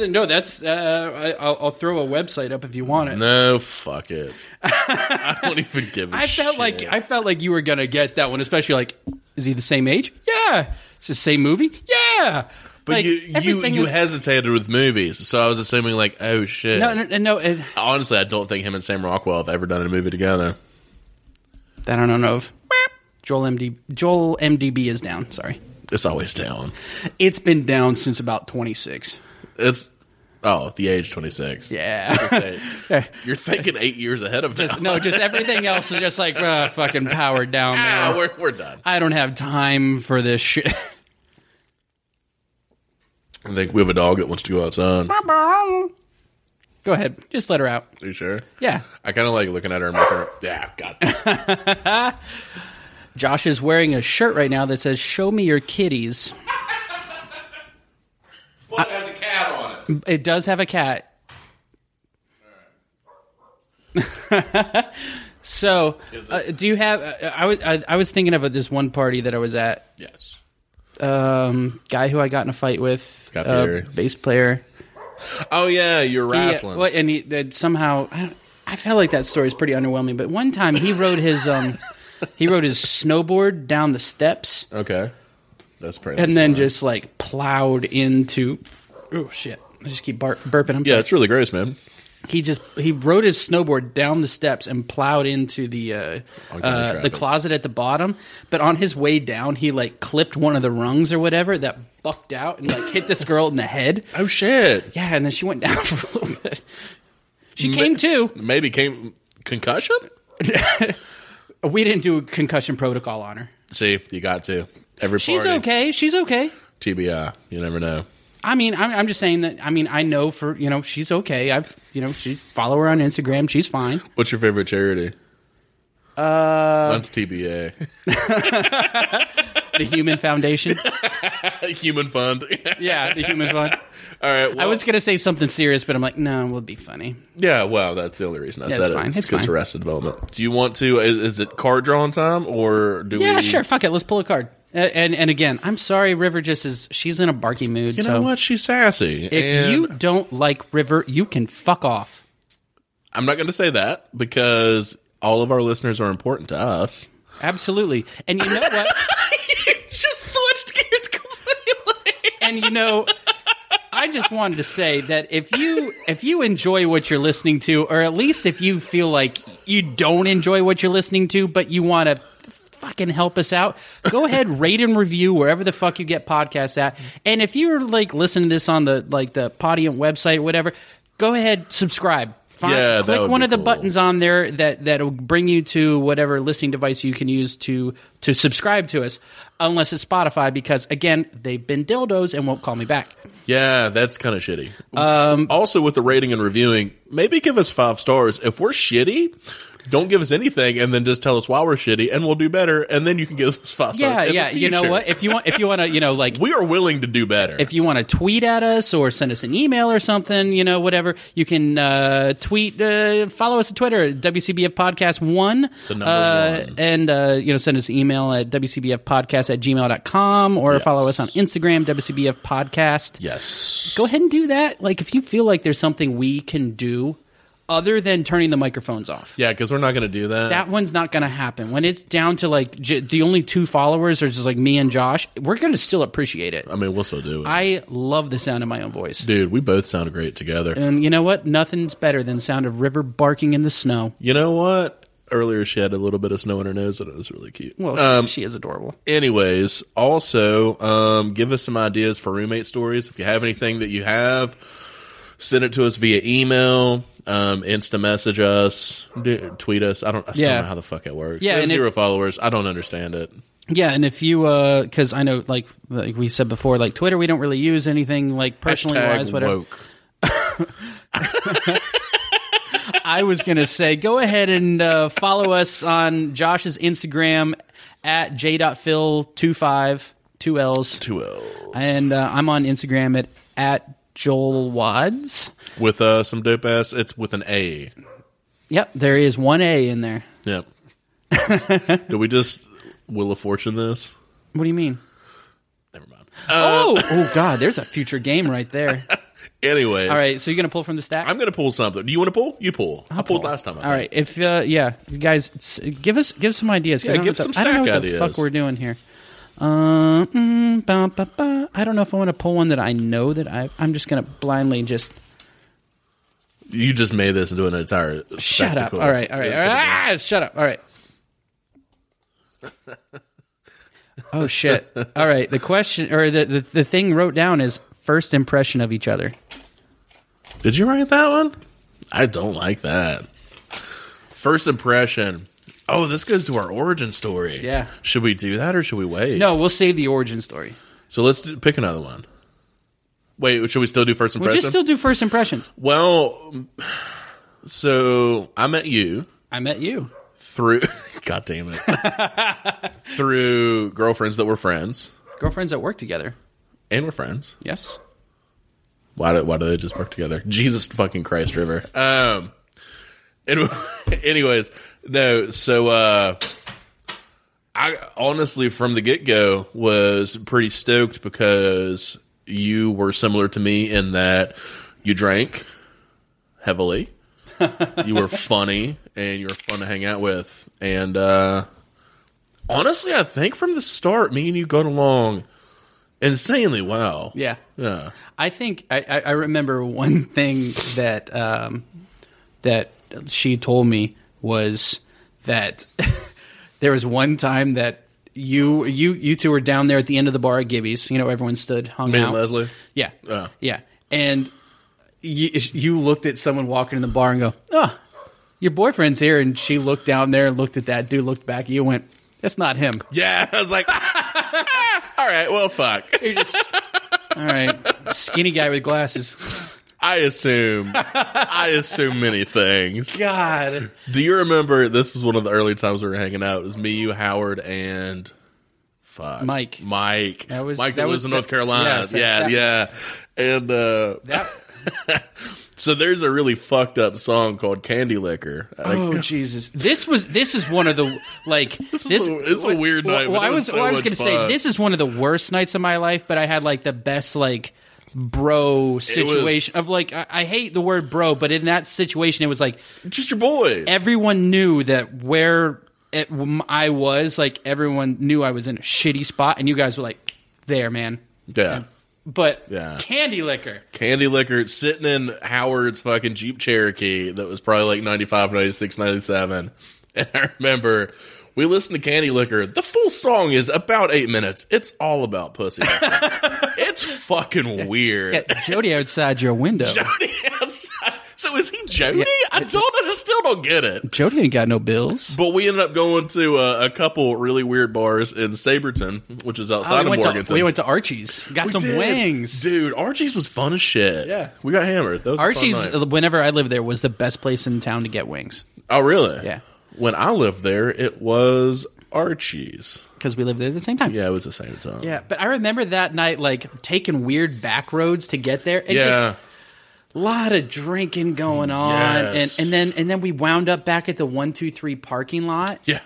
Speaker 1: no, that's uh, I, I'll, I'll throw a website up if you want it.
Speaker 3: No, fuck it. I don't even give a
Speaker 1: I felt like
Speaker 3: shit.
Speaker 1: I felt like you were gonna get that one, especially like, is he the same age? Yeah. It's the same movie? Yeah.
Speaker 3: But
Speaker 1: Like,
Speaker 3: you you
Speaker 1: everything
Speaker 3: you
Speaker 1: is-
Speaker 3: hesitated with movies, so I was assuming like, oh shit.
Speaker 1: no no no. no it,
Speaker 3: Honestly, I don't think him and Sam Rockwell have ever done a movie together.
Speaker 1: that I don't know of. Joel MD Joel MDB is down. Sorry,
Speaker 3: It's always down.
Speaker 1: it's been down since about twenty six.
Speaker 3: It's oh, the age twenty six.
Speaker 1: Yeah.
Speaker 3: You're thinking eight years ahead of us.
Speaker 1: no, just everything else is just like uh, fucking powered down.
Speaker 3: ah,
Speaker 1: Man.
Speaker 3: we're we're done.
Speaker 1: I don't have time for this shit.
Speaker 3: I think we have a dog that wants to go outside. Are
Speaker 1: Go ahead, just let her out.
Speaker 3: you sure?
Speaker 1: Yeah.
Speaker 3: I kind of like looking at her and making her. Yeah, God.
Speaker 1: Josh is wearing a shirt right now that says "Show me your kitties."
Speaker 3: Well, it has a cat on it.
Speaker 1: It does have a cat. so,
Speaker 3: Is it-
Speaker 1: uh, do you have? Uh, I was I, I was thinking about this one party that I was at.
Speaker 3: Yes.
Speaker 1: Um, guy who I got in a fight with,
Speaker 3: Guy
Speaker 1: uh,
Speaker 3: Fieri.
Speaker 1: bass player.
Speaker 3: Oh yeah, you're
Speaker 1: He- uh,
Speaker 3: wrestling.
Speaker 1: what- and he, that somehow, I, don't- I felt like that story is pretty underwhelming. But one time he rode his um, he rode his snowboard down the steps
Speaker 3: Okay, that's pretty.
Speaker 1: and
Speaker 3: nice.
Speaker 1: then just like plowed into. Oh shit! I just keep bar- burping. I'm
Speaker 3: yeah,
Speaker 1: sorry.
Speaker 3: it's really gross, man.
Speaker 1: he just he rode his snowboard down the steps and plowed into the uh,
Speaker 3: Oncoming
Speaker 1: uh, the
Speaker 3: traffic.
Speaker 1: closet at the bottom. But on his way down, he like clipped one of the rungs or whatever that bucked out and like hit this girl in the head.
Speaker 3: Oh shit!
Speaker 1: Yeah, and then she went down for a little bit. She came to.
Speaker 3: Maybe came concussion.
Speaker 1: We didn't do a concussion protocol on her.
Speaker 3: See, you got to every
Speaker 1: She's
Speaker 3: party.
Speaker 1: okay. She's okay.
Speaker 3: TBI. You never know.
Speaker 1: I mean, I'm, I'm just saying that. I mean, I know for you know she's okay. I've you know she follow her on Instagram. She's fine.
Speaker 3: What's your favorite charity? Uh, Mine's TBA.
Speaker 1: The Human Foundation.
Speaker 3: Human Fund.
Speaker 1: Yeah, the Human Fund.
Speaker 3: All right.
Speaker 1: I
Speaker 3: Well,
Speaker 1: was gonna say something serious, but I'm like, no, we'll be funny.
Speaker 3: yeah. Well, that's the only reason I said
Speaker 1: it's
Speaker 3: it.
Speaker 1: fine, it's
Speaker 3: because
Speaker 1: fine.
Speaker 3: of Arrested Development. Do you want to? Is, is it card drawing time or do we?
Speaker 1: Yeah, sure. Fuck it. Let's pull a card. A- And and again, I'm sorry. River just is. She's in a barky mood.
Speaker 3: You
Speaker 1: so
Speaker 3: know what? She's sassy.
Speaker 1: if
Speaker 3: and
Speaker 1: you don't like River, you can fuck off.
Speaker 3: I'm not going to say that because all of our listeners are important to us.
Speaker 1: Absolutely. And you know what?
Speaker 3: Just switched gears completely.
Speaker 1: and you know. I just wanted to say that if you if you enjoy what you're listening to, or at least if you feel like you don't enjoy what you're listening to, but you want to fucking help us out, go ahead, rate and review wherever the fuck you get podcasts at. And if you're like listening to this on the like the Podium website, whatever, go ahead, subscribe. Find,
Speaker 3: Yeah, that
Speaker 1: click
Speaker 3: would
Speaker 1: one
Speaker 3: be
Speaker 1: of the
Speaker 3: cool.
Speaker 1: buttons on there that that'll bring you to whatever listening device you can use to to subscribe to us. Unless it's Spotify, because again, they've been dildos and won't call me back.
Speaker 3: Yeah, that's kind of shitty. Um, also, with the rating and reviewing, maybe give us five stars. If we're shitty, don't give us anything, and then just tell us why we're shitty, and we'll do better. And then you can give us five
Speaker 1: yeah
Speaker 3: stars. in the
Speaker 1: yeah you know
Speaker 3: future.
Speaker 1: what if you want if you want to you know like
Speaker 3: we are willing to do better.
Speaker 1: if you want to tweet at us or send us an email or something you know whatever you can uh, tweet uh, follow us on twitter at wcbf podcast one
Speaker 3: The number
Speaker 1: uh,
Speaker 3: one.
Speaker 1: and uh, you know send us an email at wcbf podcast at gmail.com or follow us on instagram wcbf podcast
Speaker 3: yes,
Speaker 1: go ahead and do that like if you feel like there's something we can do other than turning the microphones off
Speaker 3: yeah, because we're not going to do that.
Speaker 1: that one's not going to happen. When it's down to like j- the only two followers are just like me and Josh, we're going to still appreciate it.
Speaker 3: I mean, we'll still do it.
Speaker 1: I love the sound of my own voice.
Speaker 3: Dude, we both sound great together.
Speaker 1: And you know what? Nothing's better than the sound of river barking in the snow.
Speaker 3: You know what? Earlier, she had a little bit of snow in her nose, and it was really cute.
Speaker 1: Well,
Speaker 3: um,
Speaker 1: she is adorable.
Speaker 3: anyways, also um, give us some ideas for roommate stories. If you have anything that you have, send it to us via email, um, Insta message us, d- tweet us. I don't, I still
Speaker 1: Yeah.
Speaker 3: don't know how the fuck it works.
Speaker 1: Yeah,
Speaker 3: We have
Speaker 1: and
Speaker 3: zero followers. I don't understand it.
Speaker 1: Yeah, and if you, because I know, like, like we said before, like Twitter, we don't really use anything like personally
Speaker 3: Hashtag
Speaker 1: wise, whatever.
Speaker 3: woke.
Speaker 1: I was gonna say, go ahead and uh, follow us on Josh's Instagram at j.phil25 two L's,
Speaker 3: Two L's.
Speaker 1: and uh, I'm on Instagram at at Joel Wads.
Speaker 3: With uh, some dope ass. It's with an A.
Speaker 1: Yep, there is one A in there.
Speaker 3: Yep. Did we just Will of Fortune this?
Speaker 1: What do you mean?
Speaker 3: Never mind. Uh,
Speaker 1: oh, oh God, there's a future game right there.
Speaker 3: Anyways,
Speaker 1: All right, so you're gonna pull from the stack.
Speaker 3: I'm gonna pull something. Do you want to pull? You pull. i pulled
Speaker 1: Cool.
Speaker 3: last time. I
Speaker 1: All right, if uh, yeah, you guys, s- give us give some ideas. 'cause
Speaker 3: Yeah,
Speaker 1: I don't
Speaker 3: give
Speaker 1: know what
Speaker 3: some
Speaker 1: the, I don't know
Speaker 3: stack
Speaker 1: what the
Speaker 3: ideas.
Speaker 1: fuck we're doing here. Uh, mm, ba, ba, ba. I don't know if I want to pull one that I know that I. I'm just gonna blindly just
Speaker 3: think. You just made this into an entire.
Speaker 1: shut up.
Speaker 3: spectacle.
Speaker 1: All right, all right, all right. Ah, shut up. All right. Oh shit! All right, the question or the, the the thing wrote down is first impression of each other.
Speaker 3: Did you write that one? I don't like that. First impression. Oh, this goes to our origin story.
Speaker 1: Yeah.
Speaker 3: Should we do that or should we wait?
Speaker 1: No, we'll save the origin story.
Speaker 3: So let's do, pick another one. Wait, should we still do first
Speaker 1: We'll
Speaker 3: impression?
Speaker 1: just still do first impressions.
Speaker 3: well, so I met you
Speaker 1: I met you.
Speaker 3: through. God damn it. through girlfriends that were friends,
Speaker 1: Girlfriends that work together.
Speaker 3: and we're friends.
Speaker 1: Yes.
Speaker 3: Why do, why do they just work together? Jesus fucking Christ, River. Um. and- anyways, no. So, uh, I honestly, from the get go, was pretty stoked because you were similar to me in that you drank heavily, you were funny, and you were fun to hang out with. And uh, honestly, I think from the start, me and you got along insanely well.
Speaker 1: Yeah.
Speaker 3: Yeah.
Speaker 1: I think I, I I remember one thing that um, that she told me was that there was one time that you you you two were down there at the end of the bar at Gibby's. You know, everyone stood, hung
Speaker 3: Me
Speaker 1: out.
Speaker 3: and Leslie. Uh.
Speaker 1: Yeah,
Speaker 3: Yeah.
Speaker 1: yeah, and you, you looked at someone walking in the bar and go, "Oh, your boyfriend's here," and she looked down there and looked at that dude, looked back at you, and went, "That's not him."
Speaker 3: Yeah, I was like, "Ah, all right, well, fuck.
Speaker 1: You're just all right, skinny guy with glasses.
Speaker 3: I assume, I assume many things.
Speaker 1: God.
Speaker 3: Do you remember? This was one of the early times we were hanging out. It was me, you, Howard, and fuck,
Speaker 1: Mike.
Speaker 3: Mike.
Speaker 1: That was-
Speaker 3: Mike
Speaker 1: that
Speaker 3: that,
Speaker 1: was
Speaker 3: lives in
Speaker 1: the-
Speaker 3: North Carolina.
Speaker 1: yes, that-
Speaker 3: yeah,
Speaker 1: that-
Speaker 3: yeah. And uh,
Speaker 1: That-
Speaker 3: so there's a really fucked up song called Candy Liquor. Like,
Speaker 1: Oh Jesus! This was this is one of the like this.
Speaker 3: is a- it's a weird night,
Speaker 1: Well,
Speaker 3: but
Speaker 1: I
Speaker 3: it was
Speaker 1: was,
Speaker 3: so
Speaker 1: well, I was
Speaker 3: much
Speaker 1: gonna say
Speaker 3: fun.
Speaker 1: this is one of the worst nights of my life, but I had like the best like bro situation of like I, I hate the word bro, but in that situation it was like
Speaker 3: just your boys.
Speaker 1: everyone knew that where it, I was, like everyone knew I was in a shitty spot, and you guys were like, "There, man."
Speaker 3: yeah.
Speaker 1: But
Speaker 3: Yeah.
Speaker 1: candy liquor.
Speaker 3: Candy Liquor sitting in Howard's fucking Jeep Cherokee that was probably like 95, 96, 97. And I remember we listened to Candy Liquor. The full song is about eight minutes. It's all about pussy. it's fucking weird.
Speaker 1: Get Jody outside your window.
Speaker 3: Jody outside. So is he Jody? I don't. I just still don't get it.
Speaker 1: Jody ain't got no bills.
Speaker 3: But we ended up going to uh, a couple really weird bars in Saberton, which is outside
Speaker 1: Oh, we,
Speaker 3: of
Speaker 1: went
Speaker 3: Morganton.
Speaker 1: to, we went to Archie's. Got
Speaker 3: We
Speaker 1: some
Speaker 3: did.
Speaker 1: wings.
Speaker 3: dude. Archie's was fun as shit.
Speaker 1: Yeah.
Speaker 3: we got hammered. That was a fun
Speaker 1: Archie's,
Speaker 3: night.
Speaker 1: whenever I lived there, was the best place in town to get wings
Speaker 3: Oh, really?
Speaker 1: Yeah.
Speaker 3: When I lived there, it was Archie's.
Speaker 1: because we lived there at the same time.
Speaker 3: Yeah, it was the same time.
Speaker 1: Yeah, but I remember that night, like taking weird back roads to get there. And
Speaker 3: Yeah.
Speaker 1: just a lot of drinking going on,
Speaker 3: Yes.
Speaker 1: and, and then and then we wound up back at the one two three parking lot.
Speaker 3: Yeah.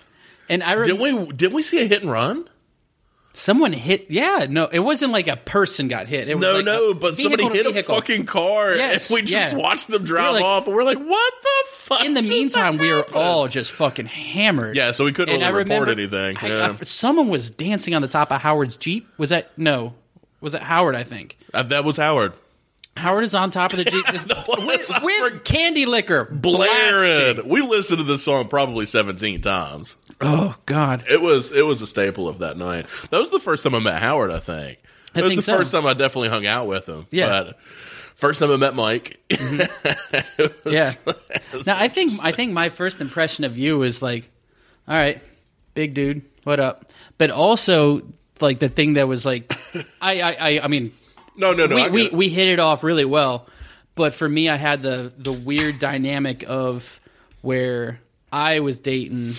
Speaker 1: And I remember
Speaker 3: Did we did we see a hit and run?
Speaker 1: someone hit. Yeah, no, it wasn't like a person got hit. It was
Speaker 3: No,
Speaker 1: like
Speaker 3: no,
Speaker 1: a
Speaker 3: but
Speaker 1: vehicle
Speaker 3: somebody
Speaker 1: to
Speaker 3: hit a
Speaker 1: vehicle.
Speaker 3: fucking car
Speaker 1: Yes,
Speaker 3: and we just
Speaker 1: yeah.
Speaker 3: watched them drive
Speaker 1: like-
Speaker 3: off and we're like, what the fuck?
Speaker 1: In the
Speaker 3: just
Speaker 1: meantime, we were
Speaker 3: happened?
Speaker 1: all just fucking hammered.
Speaker 3: Yeah, so we couldn't
Speaker 1: And I
Speaker 3: really report
Speaker 1: remember
Speaker 3: anything.
Speaker 1: I-
Speaker 3: yeah.
Speaker 1: I- someone was dancing on the top of Howard's jeep. Was that no? Was that Howard? I think
Speaker 3: Uh, that was Howard.
Speaker 1: Howard is on top of the jeep just
Speaker 3: That was-
Speaker 1: with,
Speaker 3: I
Speaker 1: with
Speaker 3: forgot.
Speaker 1: candy liquor blasting.
Speaker 3: Blaring. We listened to this song probably seventeen times.
Speaker 1: Oh God!
Speaker 3: It was it was a staple of that night. That was the first time I met Howard. I think that was
Speaker 1: think
Speaker 3: the
Speaker 1: so.
Speaker 3: first time I definitely hung out with him.
Speaker 1: Yeah.
Speaker 3: But first time I met Mike. It was-
Speaker 1: Yeah.
Speaker 3: it was-
Speaker 1: Now I think I think my first impression of you is like, all right, big dude, what up? But also like the thing that was like, I I I, I mean
Speaker 3: no, no, no. I
Speaker 1: we,
Speaker 3: get
Speaker 1: we
Speaker 3: it.
Speaker 1: we hit it off really well. But for me, I had the the weird dynamic of where I was dating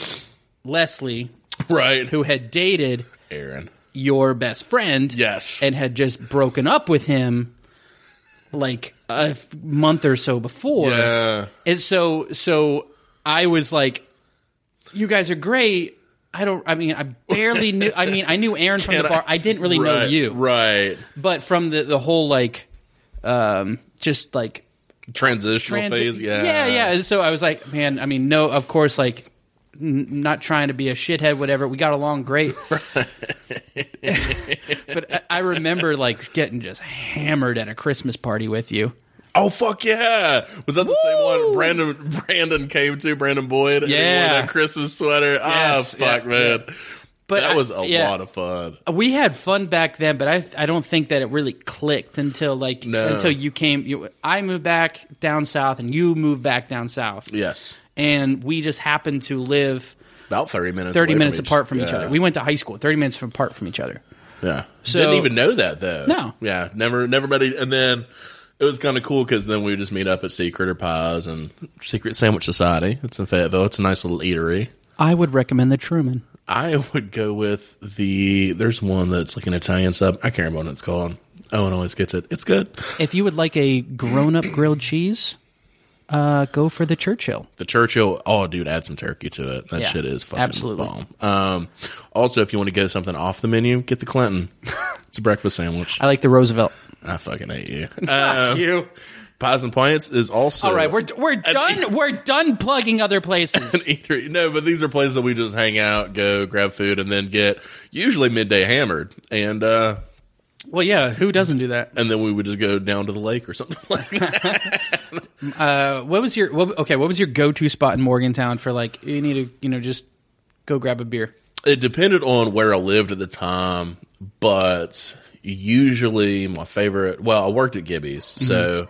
Speaker 1: Leslie,
Speaker 3: right?
Speaker 1: who had dated
Speaker 3: Aaron?
Speaker 1: your best friend,
Speaker 3: Yes.
Speaker 1: and had just broken up with him like a f- month or so before.
Speaker 3: Yeah.
Speaker 1: And so so I was like, You guys are great. I don't I mean I barely knew I mean I knew Aaron from the
Speaker 3: And
Speaker 1: bar. I didn't really know
Speaker 3: right,
Speaker 1: you.
Speaker 3: Right.
Speaker 1: But from the the whole like um just like
Speaker 3: Transitional
Speaker 1: transi-
Speaker 3: phase. Yeah.
Speaker 1: yeah, yeah. And so I was like, man, I mean, no, of course, like, n- not trying to be a shithead, whatever. We got along great, but I-, I remember like getting just hammered at a Christmas party with you.
Speaker 3: Oh fuck yeah! Was that the same
Speaker 1: Woo!
Speaker 3: one Brandon Brandon came to Brandon Boyd? and he wore
Speaker 1: Yeah.
Speaker 3: that Christmas sweater. ah
Speaker 1: Yes,
Speaker 3: fuck
Speaker 1: yeah,
Speaker 3: man,
Speaker 1: But
Speaker 3: that
Speaker 1: I-
Speaker 3: was a
Speaker 1: yeah.
Speaker 3: lot of fun.
Speaker 1: We had fun back then, but I I don't think that it really clicked until like
Speaker 3: No.
Speaker 1: until you came. You, I moved back down south, and you moved back down south.
Speaker 3: Yes,
Speaker 1: and we just happened to live
Speaker 3: about thirty minutes.
Speaker 1: 30
Speaker 3: away
Speaker 1: minutes
Speaker 3: each-
Speaker 1: apart from each
Speaker 3: yeah,
Speaker 1: other. We went to high school 30 minutes from- apart from each other.
Speaker 3: yeah.
Speaker 1: So-
Speaker 3: didn't even know that though.
Speaker 1: No.
Speaker 3: yeah, never never met. e- And then it was kind of cool because then we would just meet up at Secret or Pies and Secret Sandwich Society. It's in Fayetteville. It's a nice little eatery.
Speaker 1: I would recommend the Truman.
Speaker 3: I would go with the. There's one that's like an Italian sub. I can't remember what it's called. Owen always gets it. It's good.
Speaker 1: If you would like a grown up grilled cheese, uh, go for the Churchill.
Speaker 3: The Churchill, oh dude, add some turkey to it. That
Speaker 1: Yeah,
Speaker 3: shit is fucking
Speaker 1: absolutely.
Speaker 3: bomb. Um, also, if you want to get something off the menu, get the Clinton. it's a breakfast sandwich.
Speaker 1: I like the Roosevelt.
Speaker 3: I fucking hate you. Um,
Speaker 1: you.
Speaker 3: Pies and Plants is also
Speaker 1: All right, we're we're done. we're done plugging other
Speaker 3: an
Speaker 1: places.
Speaker 3: eatery. No, but these are places that we just hang out, go grab food, and then get usually midday hammered, and uh,
Speaker 1: well, yeah, who doesn't do that?
Speaker 3: and then we would just go down to the lake or something like that.
Speaker 1: Uh, what was your what, okay? What was your go to spot in Morgantown for like you need to you know just go grab a beer?
Speaker 3: it depended on where I lived at the time, but usually my favorite. Well, I worked at Gibby's, so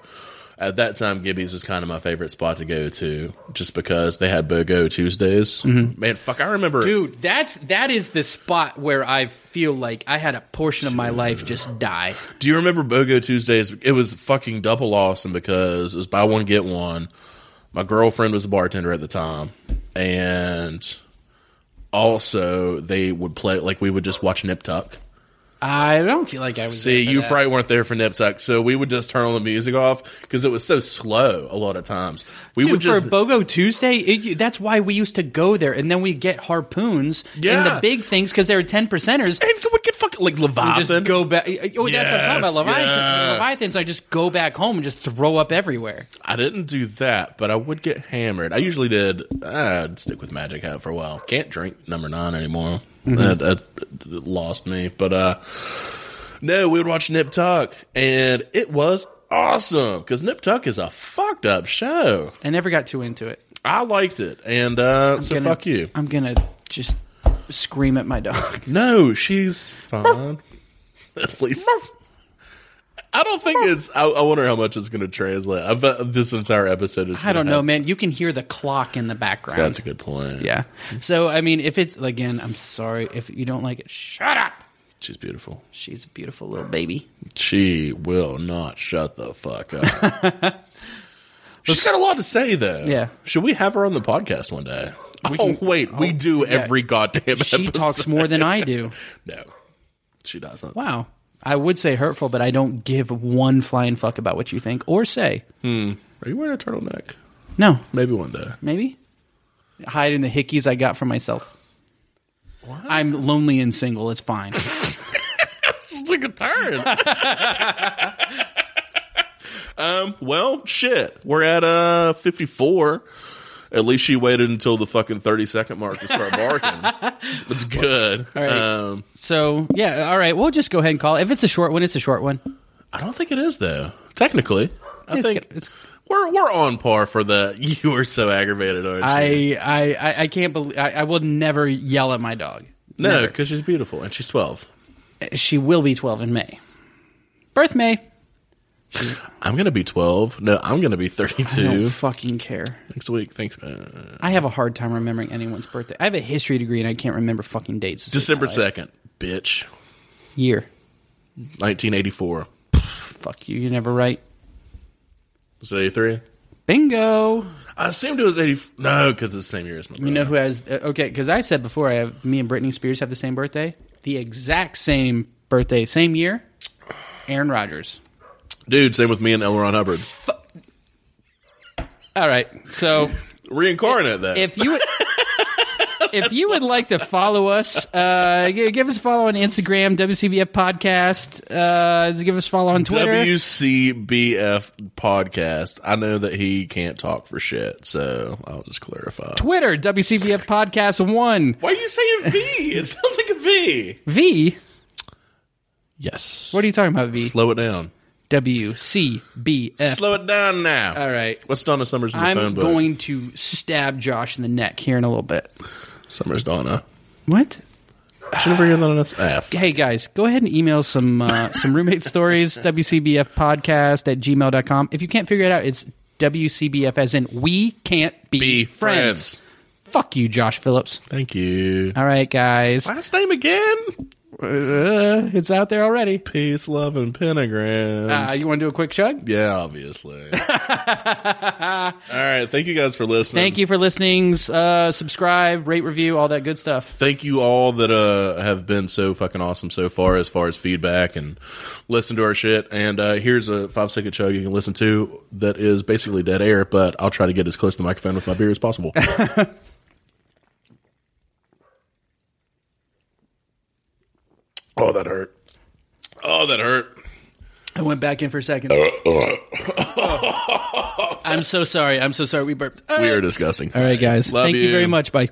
Speaker 3: at that time Gibby's was kind of my favorite spot to go to, just because they had BOGO Tuesdays. Man, fuck, I remember.
Speaker 1: Dude, that's that is the spot where I feel like I had a portion of my life just die.
Speaker 3: Do you remember BOGO Tuesdays? It was fucking double awesome because it was buy one get one. My girlfriend was a bartender at the time, and also they would play like we would just watch Nip Tuck.
Speaker 1: I don't feel like I was.
Speaker 3: See,
Speaker 1: there for
Speaker 3: you
Speaker 1: that.
Speaker 3: probably weren't there for Nip Tuck, so we would just turn on the music off because it was so slow a lot of times. We
Speaker 1: Dude,
Speaker 3: would just
Speaker 1: for BOGO Tuesday, it, that's why we used to go there, and then we get harpoons and
Speaker 3: Yeah.
Speaker 1: the big things because they were ten percenters.
Speaker 3: and you would get fucking like
Speaker 1: Just
Speaker 3: Leviathan.
Speaker 1: go back. Oh, that's what I'm talking about.
Speaker 3: Yes,
Speaker 1: Leviathan,
Speaker 3: yeah.
Speaker 1: Leviathans. I just go back home and just throw up everywhere.
Speaker 3: I didn't do that, but I would get hammered. I usually did. I'd stick with Magic Hat for a while. Can't drink number nine anymore.
Speaker 1: Mm-hmm.
Speaker 3: That, that- that lost me. But uh, no, we would watch Nip Tuck, and it was awesome because Nip Tuck is a fucked up show.
Speaker 1: I never got too into it.
Speaker 3: I liked it, and uh, so
Speaker 1: Gonna-
Speaker 3: fuck you.
Speaker 1: I'm gonna just scream at my dog.
Speaker 3: No, she's fine. At least. I don't think it's. I, I wonder how much it's going to translate. I bet this entire episode is.
Speaker 1: I don't
Speaker 3: gonna
Speaker 1: know,
Speaker 3: have-
Speaker 1: man. You can hear the clock in the background.
Speaker 3: That's a good point.
Speaker 1: yeah. So I mean, if it's again, I'm sorry if you don't like it. Shut up.
Speaker 3: she's beautiful.
Speaker 1: She's a beautiful little baby.
Speaker 3: She will not shut the fuck up. She's got a lot to say, though.
Speaker 1: Yeah.
Speaker 3: Should we have her on the podcast one day?
Speaker 1: We
Speaker 3: oh
Speaker 1: can-
Speaker 3: wait, we do every goddamn.
Speaker 1: She
Speaker 3: episode.
Speaker 1: talks more than I do.
Speaker 3: No, she doesn't.
Speaker 1: Wow. I would say hurtful, but I don't give one flying fuck about what you think or say.
Speaker 3: Are you wearing a turtleneck?
Speaker 1: No,
Speaker 3: Maybe one day.
Speaker 1: maybe. Hide in the hickeys I got from myself. I'm lonely and single. It's fine.
Speaker 3: This is like a turn. um, well, shit. We're at uh 54. At least she waited until the fucking 30 second mark to start barking. That's good.
Speaker 1: right.
Speaker 3: Um,
Speaker 1: so, yeah, all right. We'll just go ahead and call it. If it's a short one, it's a short one.
Speaker 3: I don't think it is though. Technically, I
Speaker 1: It's
Speaker 3: think
Speaker 1: good. It's-
Speaker 3: we're we're on par for the you are so aggravated, aren't
Speaker 1: I,
Speaker 3: you?
Speaker 1: I, I, I can't believe I, I will never yell at my dog.
Speaker 3: No, because she's beautiful and she's 12.
Speaker 1: She will be 12 in May. Birth May.
Speaker 3: I'm going to be 12. No, I'm going to be
Speaker 1: I don't
Speaker 3: 32
Speaker 1: fucking care.
Speaker 3: next week. Thanks, man.
Speaker 1: I have a hard time remembering anyone's birthday. I have a history degree and I can't remember fucking dates. It's
Speaker 3: December
Speaker 1: like my
Speaker 3: 2nd, bitch.
Speaker 1: Year.
Speaker 3: 1984.
Speaker 1: Fuck you. You're never right.
Speaker 3: Was it 83?
Speaker 1: Bingo.
Speaker 3: I assumed it was 80. No, because it's the same year as my brother.
Speaker 1: You know who has uh, okay? Because I said before, I have me and Britney Spears have the same birthday, the exact same birthday, same year. Aaron Rodgers.
Speaker 3: Dude, same with me and L. Ron Hubbard.
Speaker 1: All right, so
Speaker 3: Reincarnate that.
Speaker 1: if you would, if you would like to follow us, uh, g- give us a follow on Instagram, WCBF Podcast. Uh, give us a follow on Twitter.
Speaker 3: WCBF podcast. I know that he can't talk for shit, so I'll just clarify.
Speaker 1: Twitter WCBF Podcast One
Speaker 3: Why are you saying V? It sounds like a V.
Speaker 1: V.
Speaker 3: Yes.
Speaker 1: What are you talking about? V
Speaker 3: Slow it down.
Speaker 1: W C B F.
Speaker 3: Slow it down now.
Speaker 1: All right.
Speaker 3: What's Donna Summers in the
Speaker 1: I'm
Speaker 3: phone book?
Speaker 1: going to stab Josh in the neck here in a little bit.
Speaker 3: Summers Donna.
Speaker 1: What?
Speaker 3: Should never hear that on its F.
Speaker 1: hey guys go ahead and email some uh, some roommate stories wcbf podcast at gmail.com if you can't figure it out it's wcbf as in we can't be,
Speaker 3: Be
Speaker 1: friends.
Speaker 3: friends.
Speaker 1: fuck you josh phillips
Speaker 3: Thank you.
Speaker 1: all right guys
Speaker 3: Last name again?
Speaker 1: Uh, it's out there already
Speaker 3: Peace, love, and pentagrams.
Speaker 1: uh, you want to do a quick chug
Speaker 3: yeah, obviously. All right. Thank you guys for listening.
Speaker 1: thank you for listening uh, subscribe rate review all that good stuff
Speaker 3: thank you all that uh, have been so fucking awesome so far as far as feedback and listen to our shit. And uh, here's a five second chug you can listen to that is basically dead air, but I'll try to get as close to the microphone with my beer as possible. oh, that hurt. Oh, that hurt.
Speaker 1: i went back in for a second i'm so sorry i'm so sorry we burped all
Speaker 3: We
Speaker 1: right,
Speaker 3: are disgusting.
Speaker 1: Uh, all right guys
Speaker 3: Love
Speaker 1: thank you
Speaker 3: you.
Speaker 1: very much bye